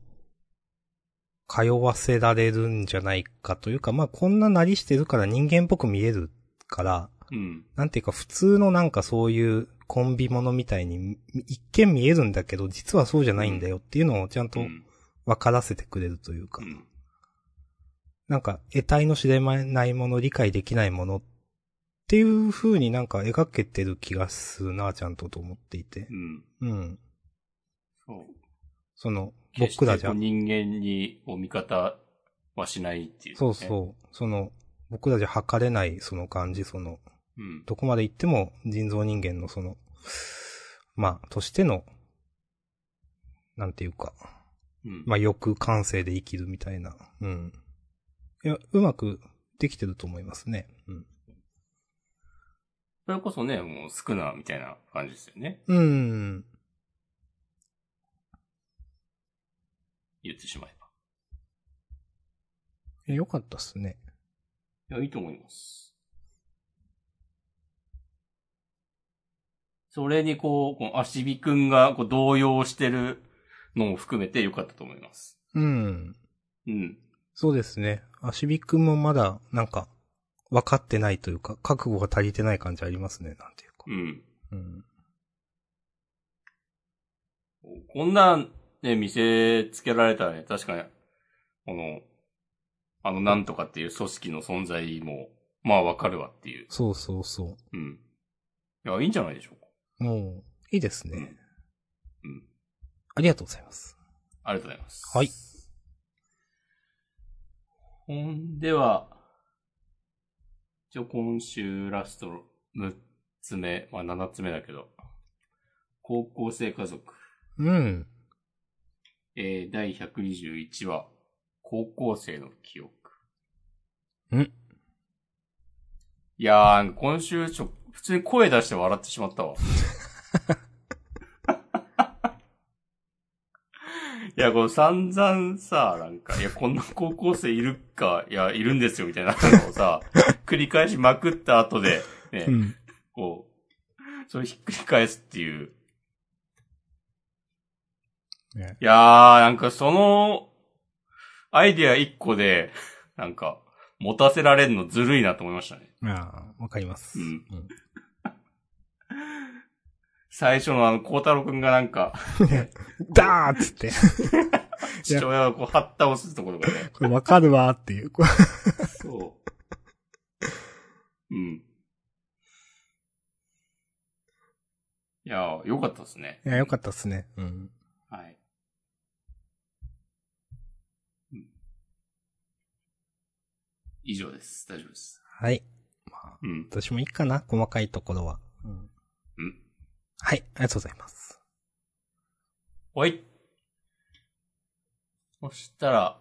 S2: 通わせられるんじゃないかというか、まあこんななりしてるから人間っぽく見えるから、
S1: うん。
S2: なんていうか普通のなんかそういうコンビものみたいにみ一見見えるんだけど、実はそうじゃないんだよっていうのをちゃん
S1: う
S2: と
S1: ん。
S2: 分からせてくれるというか、
S1: うん
S2: なんか得体の知れないもの、理解できないものっていう風になんか描けてる気がするな、ちゃんとと思っていて
S1: う。ん。
S2: うん。
S1: そう。
S2: その、
S1: 決して
S2: 僕らじゃ
S1: こう、人間にお味方はしないっていう、
S2: そうそう、その、僕らじゃ測れないその感じ、その、
S1: う。うん。
S2: どこまで行っても人造人間のその、まあ、としての、なんていうか、
S1: うん。
S2: まあ、欲感性で生きるみたいな。うん。いや、うまくできてると思いますね。うん。
S1: それこそね、もう少なみたいな感じですよね。
S2: うん。
S1: 言ってしまえば。
S2: えよかったっすね。
S1: いや、いいと思います。それにこう、この足火くんがこう動揺してるのも含めて良かったと思います。
S2: うん。
S1: うん。
S2: そうですね。アシビくんもまだ、なんか、分かってないというか、覚悟が足りてない感じありますね、なんていうか。
S1: うん。
S2: うん。
S1: こんなんね、見せつけられたらね、確かに、この、あのなんとかっていう組織の存在も、まあわかるわっていう。
S2: そうそうそ
S1: うん。いや、いいんじゃないでしょうか。
S2: う。もう、いいですね。
S1: うん。
S2: ありがとうございます。
S1: ありがとうございます。
S2: はい。
S1: ほんでは、一応今週ラスト6つ目、まあ7つ目だけど、高校生家族、
S2: うん。
S1: えー、第121話、高校生の記憶。
S2: ん
S1: いやー、今週ちょ、普通に声出して笑ってしまったわ。いや、この散々さ、なんか、いや、こんな高校生いるか、いや、いるんですよ、みたいなのをさ、繰り返しまくった後で、ね、
S2: うん。
S1: こう、それひっくり返すっていう。
S2: ね
S1: いやー、なんかその、アイディア一個で、なんか、持たせられるのずるいなと思いましたね。
S2: ああ、わかります。
S1: うん最初のあの、孝太郎くんがなんか、
S2: ダーっつって。
S1: 父親がこう、発端をするところがね。
S2: これわかるわーっていう。これ
S1: そう。うん。いやー、よかったですね。
S2: いや、よかったっすね。うん。
S1: はい。うん以上です。大丈夫です。
S2: はい。まあ、
S1: うん。
S2: 私もいいかな、細かいところは。うん。
S1: うん。
S2: はい、ありがとうございます。
S1: おい。そしたら、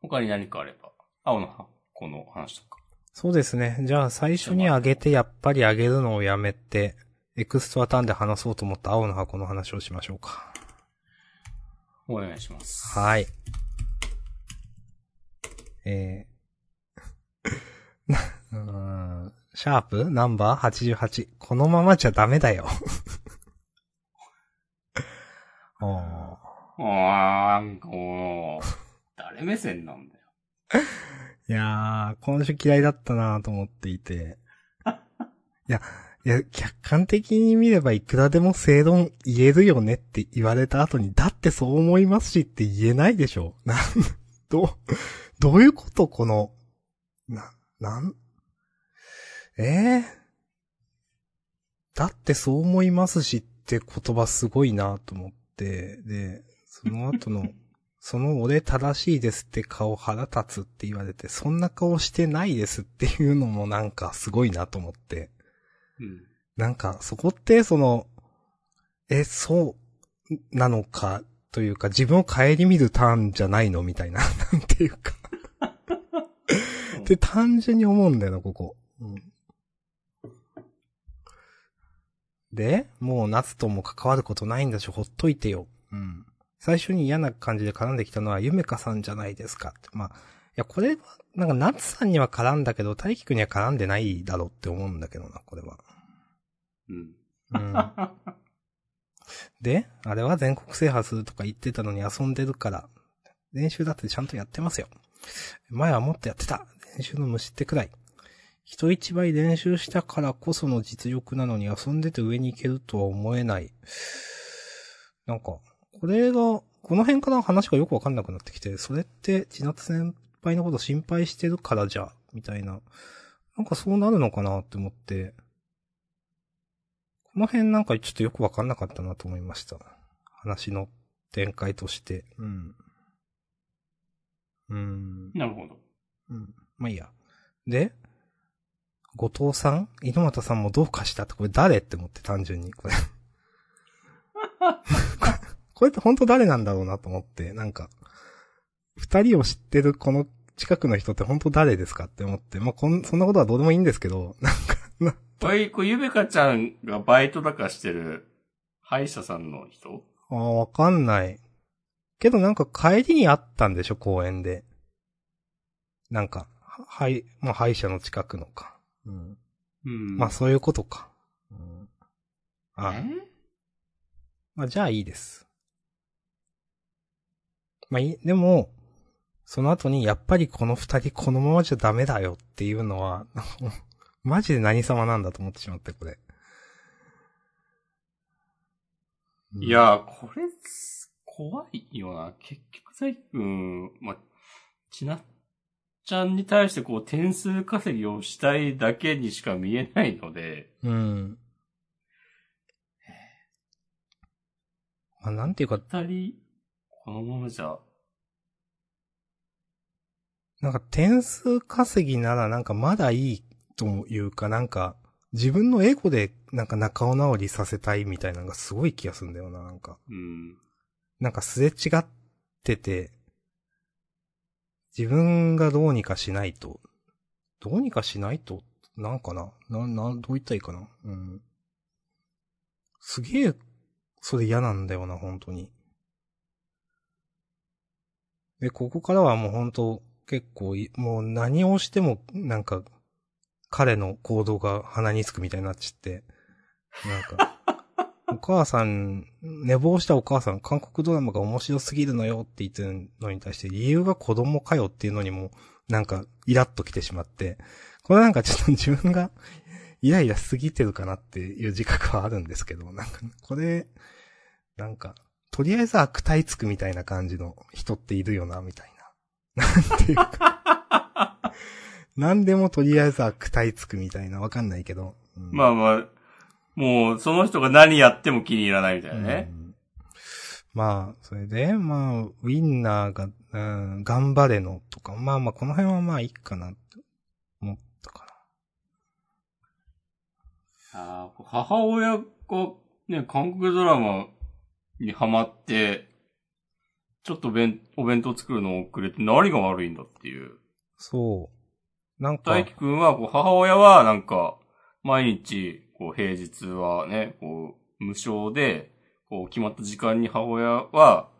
S1: 他に何かあれば、青の箱の話とか。
S2: そうですね。じゃあ最初に上げて、やっぱり上げるのをやめて、エクストアターンで話そうと思った青の箱の話をしましょうか。
S1: お願いします。
S2: はい。えー、 な、うーん、シャープナンバー88。このままじゃダメだよ。 おー
S1: あー、なんかもう、誰目線なんだよ。
S2: いやー、今週嫌いだったなと思っていて。いや、いや、客観的に見ればいくらでも正論言えるよねって言われた後に、だってそう思いますしって言えないでしょ。なん、どう、どういうことこの、な、なん、えー、だってそう思いますしって言葉すごいなと思って、で、その後の、その俺正しいですって顔腹立つって言われて、そんな顔してないですっていうのもなんかすごいなと思って。
S1: うん。
S2: なんかそこってその、え、そうなのかというか自分を顧みるターンじゃないのみたいな、 なんていうか。って単純に思うんだよな、ここ。うんで、もう夏とも関わることないんだし、ほっといてよ。うん。最初に嫌な感じで絡んできたのは、ゆめかさんじゃないですかって。まあ、いや、これは、なんか夏さんには絡んだけど、大輝くんには絡んでないだろうって思うんだけどな、これは。
S1: うん。
S2: うん。で、あれは全国制覇するとか言ってたのに遊んでるから、練習だってちゃんとやってますよ。前はもっとやってた。練習の虫ってくらい。人一倍練習したからこその実力なのに遊んでて上に行けるとは思えない。なんか、これが、この辺から話がよくわかんなくなってきて、それって千夏先輩のこと心配してるからじゃ、みたいな。なんかそうなるのかなって思って、この辺なんかちょっとよくわかんなかったなと思いました。話の展開として。うん。うん。
S1: なるほど。
S2: うん。まあいいや。で、後藤さん猪俣さんもどうかしたって、これ誰って思って単純に、こ れ。これって本当誰なんだろうなと思って、なんか、二人を知ってるこの近くの人って本当誰ですかって思って、まあこん、そんなことはどうでもいいんですけど、 なんか、な、
S1: これ、これゆべかちゃんがバイトだかしてる、歯医者さんの人
S2: ああ、わかんない。けどなんか帰りにあったんでしょ、公園で。なんか、ははい、まあ歯医者の近くのか。うん。
S1: うん。
S2: まあそういうことか。うん、あ、
S1: え
S2: まあじゃあいいです。まあいい、でも、その後にやっぱりこの二人このままじゃダメだよっていうのは、 マジで何様なんだと思ってしまって、これ。うん
S1: い、やー、これ、怖いよな。結局、最近、まあ、ちなっちゃんに対してこう、点数稼ぎをしたいだけにしか見えないので、
S2: うん。まあ、なんていうか、
S1: 二人、このままじゃ、
S2: なんか点数稼ぎならなんかまだいいというか、なんか自分のエゴでなんか仲直りさせたいみたいなのがすごい気がするんだよな、なんか。
S1: うん。
S2: なんかすれ違ってて、自分がどうにかしないと、どうにかしないと、なんかな、な、な、どう言ったらいいかな。うん。すげえ、それ嫌なんだよな、本当に。で、ここからはもう本当、結構い、もう何をしても、なんか、彼の行動が鼻につくみたいになっちゃって、なんか、 お母さん、寝坊したお母さん、韓国ドラマが面白すぎるのよって言ってるのに対して、理由が子供かよっていうのにも、なんか、イラッときてしまって、これなんかちょっと自分が、イライラしすぎてるかなっていう自覚はあるんですけど、なんか、これ、なんか、とりあえず悪態つくみたいな感じの人っているよな、みたいな。なんていうか。 なんでもとりあえず悪態つくみたいな、わかんないけど。うん
S1: まあまあ、もう、その人が何やっても気に入らないみたいなね
S2: う。んまあ、それで、まあ、ウィンナーが、うん、頑張れのとか、まあまあ、この辺はまあいいかなって思ったか
S1: あー母親が、ね、韓国ドラマにハマって、ちょっと弁お弁当作るの遅れて何が悪いんだっていう。
S2: な。そう。なんか
S1: 大、輝くんは、こう母親は、なんか、毎日、こう平日はね、こう無償で、こう決まった時間に母親は、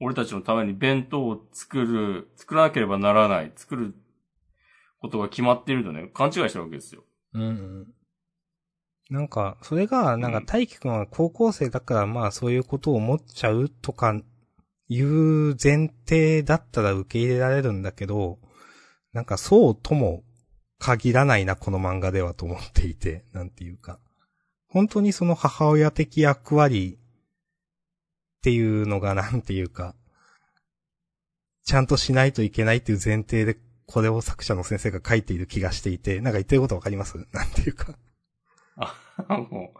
S1: 俺たちのために弁当を作る、作らなければならない、作ることが決まっているとね、勘違いしたわけですよ。
S2: うんうん。なんか、それが、なんか、大輝くんは高校生だから、まあ、そういうことを思っちゃうとか、いう前提だったら受け入れられるんだけど、なんか、そうとも限らないな、この漫画ではと思っていて、 なんていうか。本当にその母親的役割っていうのが、なんていうか、ちゃんとしないといけないっていう前提で、これを作者の先生が書いている気がしていて、なんか言ってることわかりますなんていうか。
S1: も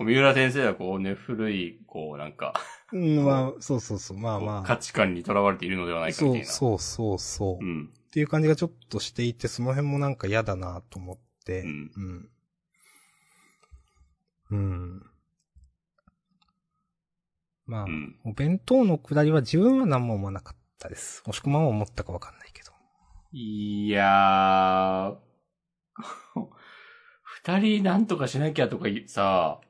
S1: う、三浦先生はこうね、古い、こうなんか、
S2: うん、まあ、そうそうそう、まあま
S1: こう
S2: あ。
S1: 価値観にとらわれているのではないかみ
S2: そ
S1: たいうな。
S2: そうそうそうう。っ
S1: ん。
S2: ていう感じがちょっとしていて、その辺もなんか嫌だなと思って。
S1: うん
S2: うん。うん。まあ、
S1: うん。
S2: お弁当のくだりは自分は何も思わなかったです。もしくまんは思ったかわかんないけど。
S1: いやー、二人なんとかしなきゃとかいさ、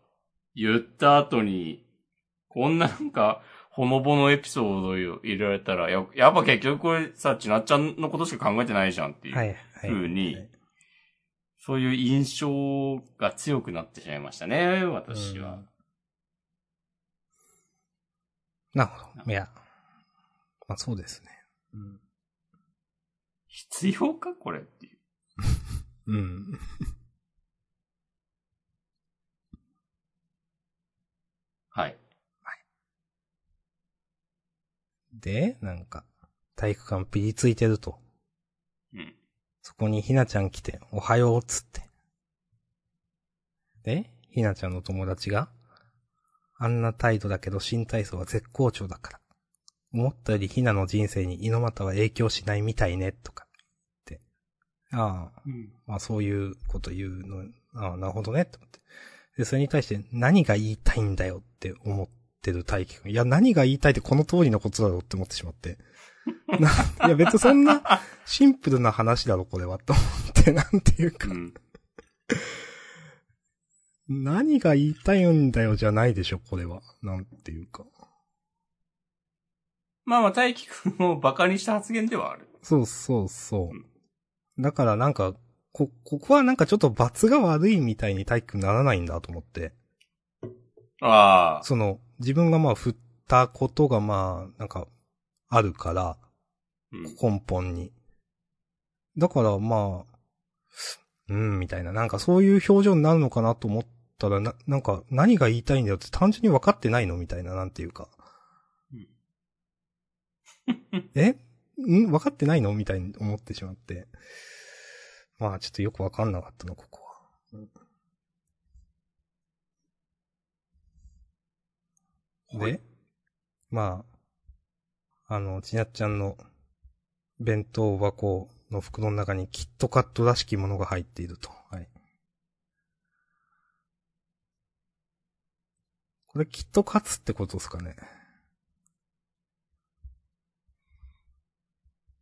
S1: 言った後に、こんななんか、ほのぼのエピソードを入れられたら、ややっぱ結局これさ、ちなっちゃんのことしか考えてないじゃんっていう、
S2: はい、はい。
S1: 風に
S2: はい
S1: そういう印象が強くなってしまいましたね、私は。
S2: なるほど。いや。まあそうですね。うん。
S1: 必要かこれっていう。
S2: うん。
S1: はい。
S2: で、なんか、体育館ピリついてると。
S1: うん。
S2: そこにひなちゃん来て、おはようっつって。で、ひなちゃんの友達が、あんな態度だけど新体操は絶好調だから。思ったよりひなの人生に猪俣は影響しないみたいね、とか。って。ああ、まあそういうこと言うの、ああ、なるほどね、って思って。で、それに対して何が言いたいんだよって思ってる大輝くん。いや、何が言いたいってこの通りのことだろうって思ってしまって。 ないや、別にそんなシンプルな話だろ、これは、と思って、 なんていうか
S1: う。ん。
S2: 何が言いたいんだよじゃないでしょ、これは。なんていうか。
S1: まあまあ、大輝くんを馬鹿にした発言ではある。
S2: そうそうそう。だからなんか、こ、ここはなんかちょっと罰が悪いみたいに体育ならないんだと思って。
S1: ああ。
S2: その、自分がまあ振ったことがまあ、なんか、あるから、
S1: うん。
S2: 根本に。だからまあ、うん、みたいな、なんかそういう表情になるのかなと思ったら、な、なんか何が言いたいんだよって単純に分かってないのみたいな、なんていうか。えん分かってないのみたいに思ってしまって。まあちょっとよく分かんなかったの、ここは。
S1: はい
S2: で、まあ、あの、ちなっちゃんの弁当箱の袋の中にキットカットらしきものが入っていると。はい。これキットカツってことですかね。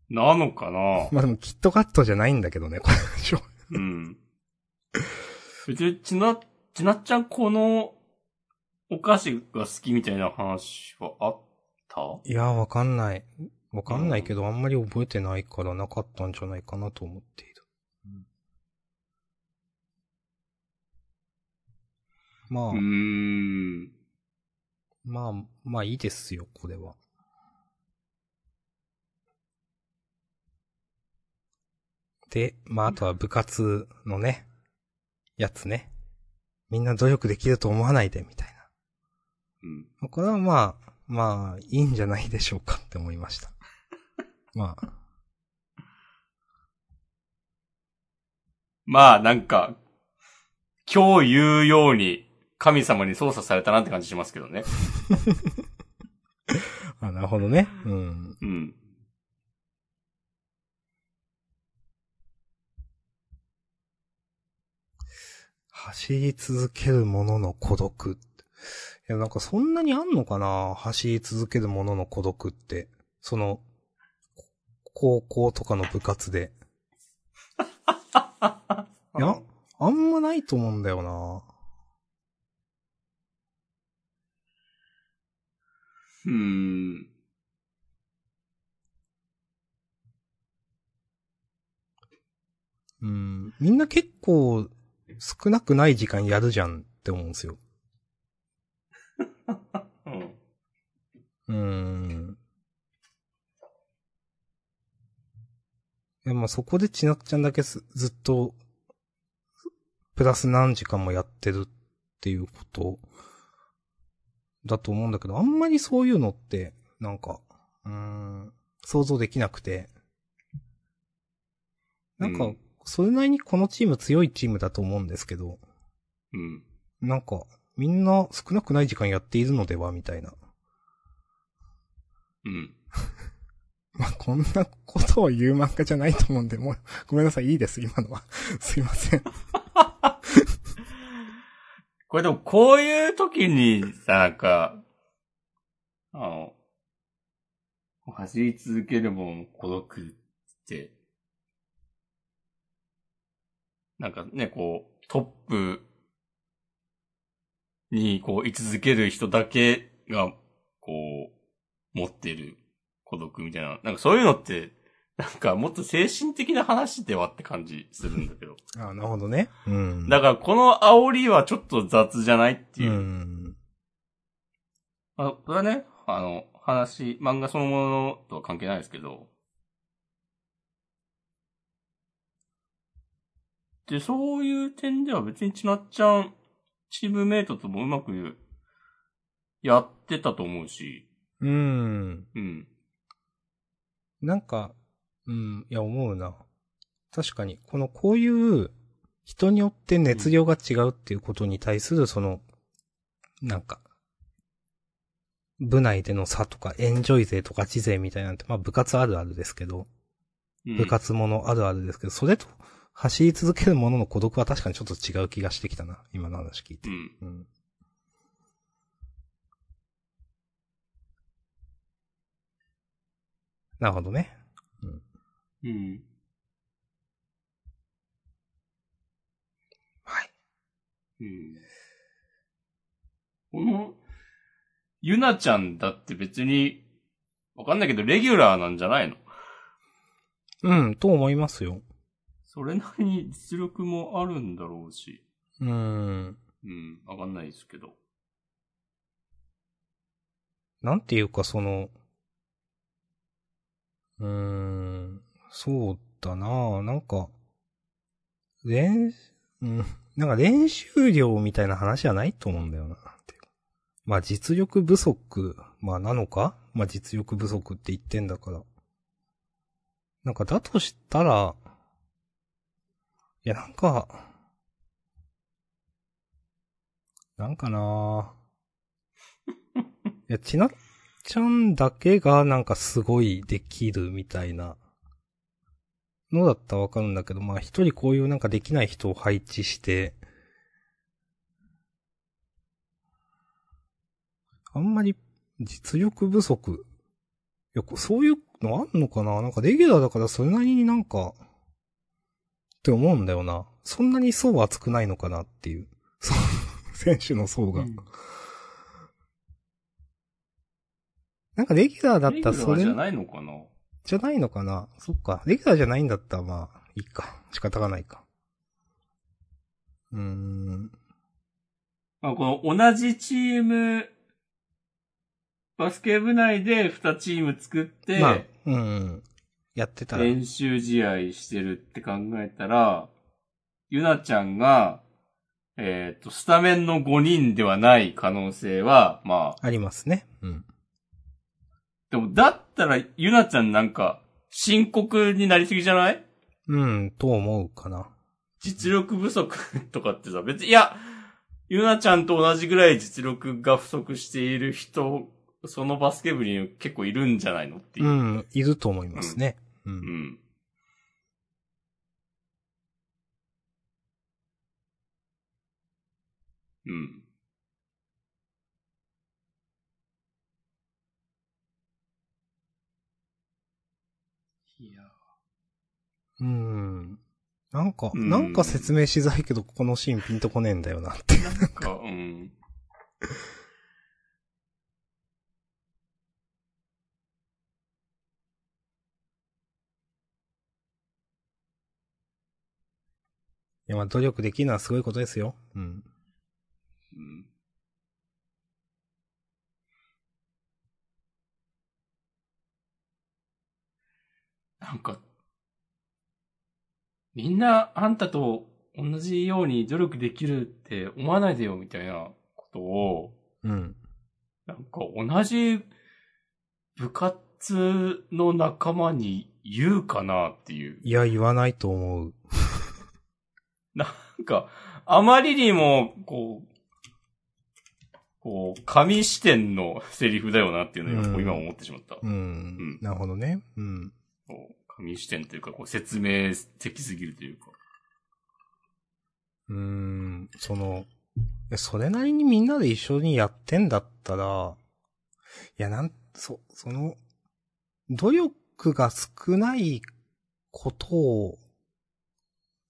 S1: なのかな
S2: まあでもキットカットじゃないんだけどね、これ。正直
S1: うん。別に、ちな、ちなっちゃんこのお菓子が好きみたいな話はあった
S2: いや、わかんない。わかんないけど、あんまり覚えてないからなかったんじゃないかなと思っている。まあ、
S1: うーん。
S2: まあ、まあいいですよ、これは。で、まああとは部活のね、やつね。みんな努力できると思わないで、みたい
S1: うん。
S2: な。これはまあ、まあ、いいんじゃないでしょうかって思いました。まあ、
S1: まあ、なんか、今日言うように神様に操作されたなって感じしますけどね。
S2: あ、なるほどね。うん。
S1: うん。
S2: 走り続けるものの孤独。いや、なんかそんなにあんのかな走り続けるものの孤独って。その、こ高校とかの部活で。いや、あんまないと思うんだよな。
S1: うーん。
S2: うん。みんな結構少なくない時間やるじゃんって思うんですよ。
S1: うん。
S2: うん。いや、まあ、そこでちなっちゃんだけすずっと、プラス何時間もやってるっていうことだと思うんだけど、あんまりそういうのって、なんか、うーん、想像できなくて。なん
S1: う
S2: か
S1: ん、
S2: それなりにこのチーム強いチームだと思うんですけど、
S1: うん。
S2: なんか、みんな少なくない時間やっているのではみたいな。
S1: うん。
S2: まあ、こんなことを言う漫画じゃないと思うんで、もう、ごめんなさい、いいです、今のは。 すいません。
S1: これでも、こういう時にさ、なんか、あの、走り続けるもん孤独って、なんかね、こう、トップにこう、居続ける人だけが、こう、持ってる孤独みたいな、なんかそういうのって、なんかもっと精神的な話ではって感じするんだけど。
S2: あなるほどね。うん。
S1: だからこの煽りはちょっと雑じゃないっていうう。
S2: ん。
S1: まあ、これはね、あの、話、漫画そのものとは関係ないですけど。で、そういう点では別にちなっちゃん、チームメイトともうまくやってたと思うし、
S2: うん。
S1: うん。
S2: なんか、うん、いや、思うな。確かに、この、こういう、人によって熱量が違うっていうことに対する、その、なんか、部内での差とか、エンジョイ勢とガチ勢みたいなんて、まあ、部活あるあるですけど、
S1: うん
S2: 部。活ものあるあるですけど、それと走り続けるものの孤独は確かにちょっと違う気がしてきたな。今の話聞いうて。
S1: ん。
S2: うん。なるほどね。
S1: うん。
S2: はい。
S1: うん。この、ゆなちゃんだって別に、わかんないけど、レギュラーなんじゃないの
S2: うん、と思いますよ。
S1: それなりに実力もあるんだろうし。
S2: うーん。
S1: うん、わかんないですけど。
S2: なんていうか、その、うーん、そうだなぁなんか、練、うん、なんか練習量みたいな話じゃないと思うんだよな、っていうまあ実力不足、まあなのかまあ実力不足って言ってんだから。なんかだとしたら、いやなんか、なんかなぁいや、ちなっちゃんだけがなんかすごいできるみたいなのだったらわかるんだけど、まあ一人こういうなんかできない人を配置して、あんまり実力不足。いや、こそういうのあんのかななんかレギュラーだからそれなりになんか、って思うんだよな。そんなに層は厚くないのかなっていう。そう、選手の層が。なんかレギュラーだっ
S1: レギ
S2: たら
S1: ュ
S2: そ
S1: ラー
S2: れ
S1: じゃないのかな
S2: じゃないのかなそっか。レギュラーじゃないんだったらまあ、いいか。仕方がないか。うーん。
S1: まあ、この同じチーム、バスケ部内で2チーム作って、
S2: まあ、うん。やってたら。
S1: 練習試合してるって考えたら、ゆなちゃんが、えっ、と、スタメンの5人ではない可能性は、まあ、
S2: ありますね。うん。
S1: でも、だったら、ゆなちゃんなんか、深刻になりすぎじゃない
S2: うん、と思うかな。
S1: 実力不足 とかってさ、別に、いや、ゆなちゃんと同じぐらい実力が不足している人、そのバスケ部に結構いるんじゃないのっていうう。
S2: ん、いると思いますね。うん。
S1: うん。うん。いや。
S2: うん。なんか、
S1: うん
S2: なんか説明しづらいけど、ここのシーンピンとこねえんだよなって。
S1: なんか、うん。
S2: いや、まあ努力できるのはすごいことですよ。うん。
S1: うんなんか、みんなあんたと同じように努力できるって思わないでよみたいなことを、
S2: うん。
S1: なんか同じ部活の仲間に言うかなっていう。
S2: いや、言わないと思う。
S1: なんか、あまりにも、こう、こう、紙視点のセリフだよなっていうのを今,、
S2: うん
S1: 今思ってしまった。
S2: うん。
S1: うん
S2: なるほどね。うん。
S1: こう紙視点というか、こう説明的すぎるというか。
S2: うーん。その、いやそれなりにみんなで一緒にやってんだったら、いや、なん、そ、その、努力が少ないことを、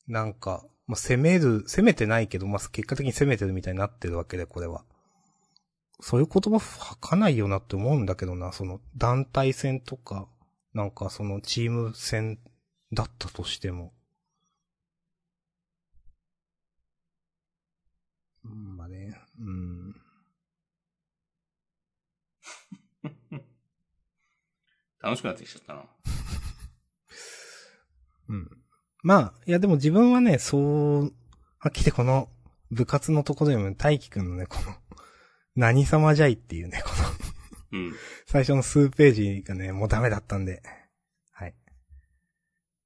S2: なんか、まあ、責める、責めてないけど、まあ、結果的に責めてるみたいになってるわけで、これは。そういう言葉吐かないよなって思うんだけどな、その団体戦とか、なんかそのチーム戦だったとしても。うん、まあね、うん。
S1: 楽しくなってきちゃったな。
S2: うん。まあ、いやでも自分はね、そう、はっきりこの部活のところでも大輝くんのね、この、 何様じゃいっていうね、この、
S1: うん。
S2: 最初の数ページがね、もうダメだったんで。はい。い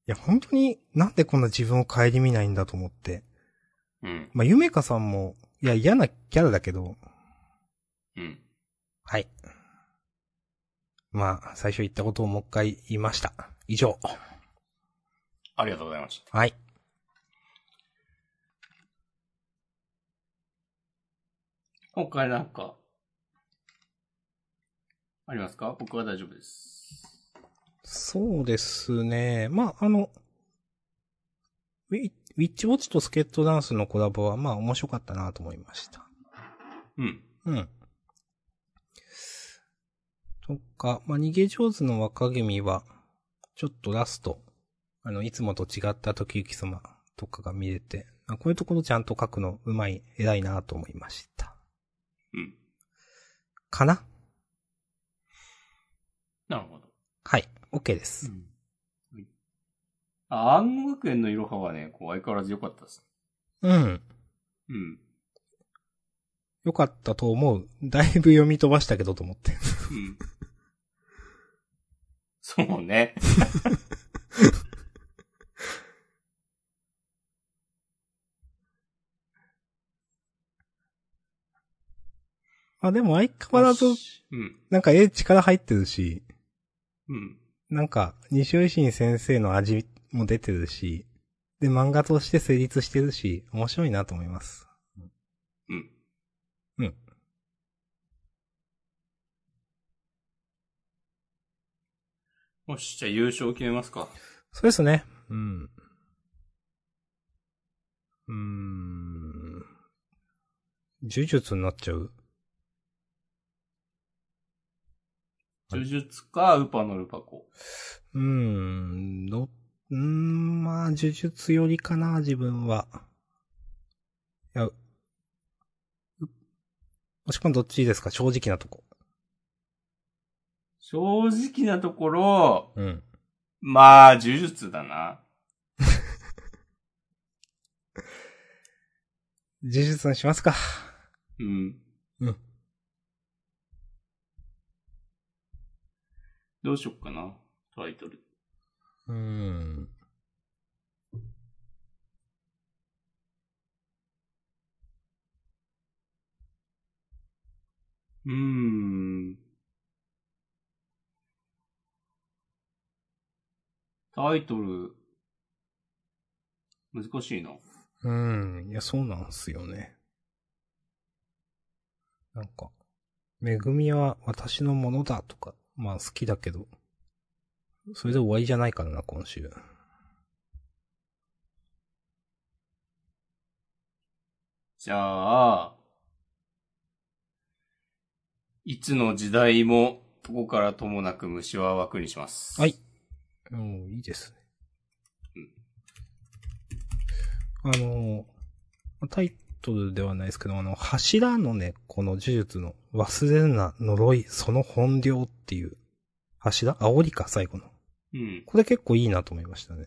S2: や、本当になんでこんな自分を顧みないんだと思って。
S1: うん。
S2: まあ、ゆめかさんも、いや、嫌なキャラだけど、
S1: うん。
S2: はい。まあ、最初言ったことをもう一回言いました。以上。
S1: ありがとうございました。
S2: はい。
S1: 今回なんか、ありますか僕は大丈夫です。
S2: そうですね。まあ、あの、ウィウィッチウォッチとスケットダンスのコラボは、まあ、面白かったなと思いました。
S1: うん。
S2: うん。とか、まあ、逃げ上手の若君は、ちょっとラスト、あの、いつもと違った時行き様とかが見れて、あこういうところちゃんと書くのうまい、偉いなと思いました。
S1: うん。
S2: かな
S1: なるほど。
S2: はい。OK です。
S1: はいあ暗号学園のいろははね、こう相変わらず良かったです。
S2: うん。
S1: うん。
S2: よかったと思う。だいぶ読み飛ばしたけどと思って。
S1: うん。 そうね。
S2: あ、でも相変わらず、
S1: うん。
S2: なんか絵力入ってるし、
S1: うん。
S2: なんか、西尾維新先生の味も出てるし、で、漫画として成立してるし、面白いなと思います。
S1: うん。
S2: うん。
S1: よし、じゃあ優勝決めますか。
S2: そうですね。うん。うーん。呪術になっちゃうはい
S1: 呪術か、ウパのルパコ。
S2: うーん、ど、うーん、まあ、呪術よりかな、自分は。いや、うもしくはどっちですか正直なとこ。
S1: 正直なところ、
S2: うん。
S1: まあ、呪術だな。
S2: 呪術にしますか。
S1: うん。
S2: うん。
S1: どうしよっかな、タイトル。
S2: うーん。
S1: うーん。タイトル、難しいな。
S2: うーん。いや、そうなんすよね。なんか、めぐみは私のものだとか、まあ好きだけど、それで終わりじゃないからな、今週。
S1: じゃあ、いつの時代も、どこからともなく虫は枠にします。
S2: はい。うん、いいですね。あの、タイトルではないですけど、あの、柱のね、この呪術の忘れるな呪い、その本領っていう、柱煽りか、最後の。
S1: うん。
S2: これ結構いいなと思いましたね。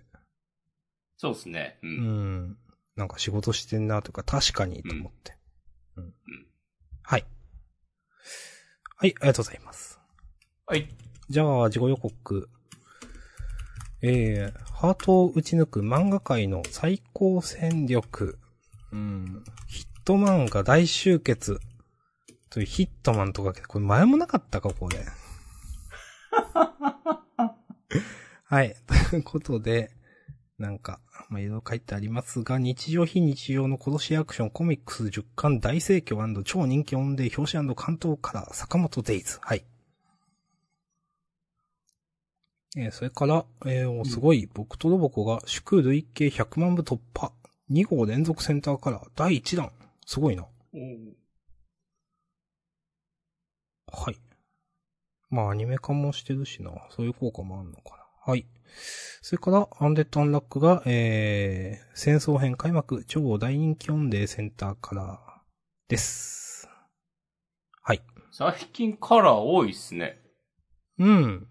S1: そうですね。う。
S2: うんん。なんか仕事してんなとか、確かにと思って。うん。はい。はい、ありがとうございます。
S1: はい。
S2: じゃあ、自己予告。えー、ハートを打ち抜く漫画界の最高戦力。うん。ヒットマンが大集結。というヒットマンとか、これ前もなかったか、これ。はい。ということで、なんか、まあ、いろいろ書いてありますが、日常非日常の殺しアクションコミックス10巻大盛況超人気オンデー表紙関東から坂本デイズ。はい。えーそれから、えーおすごい、僕とロボコが祝累計100万部突破。2号連続センターカラー第1弾。すごいな。
S1: おー
S2: はい。まあ、アニメ化もしてるしな。そういう効果もあるのかな。はい。それから、アンデッド・アンラックが、えー、戦争編開幕、超大人気オンデーセンターカラーです。はい。
S1: 最近カラー多いっすね。
S2: うん。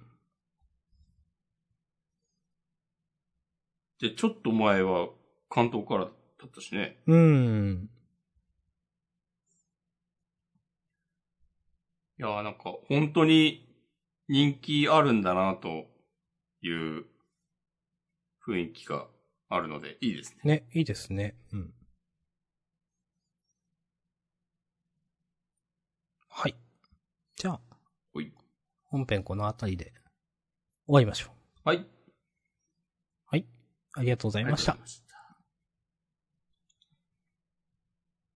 S1: で、ちょっと前は関東からだったしね。
S2: うん。
S1: いやーなんか、本当に人気あるんだなという雰囲気があるので、いいですね。
S2: ね、いいですね。うん。はい。じゃあ
S1: ほい、
S2: 本編この辺りで終わりましょう。
S1: はい。
S2: ありがとうございました
S1: ありがとうござい。ました。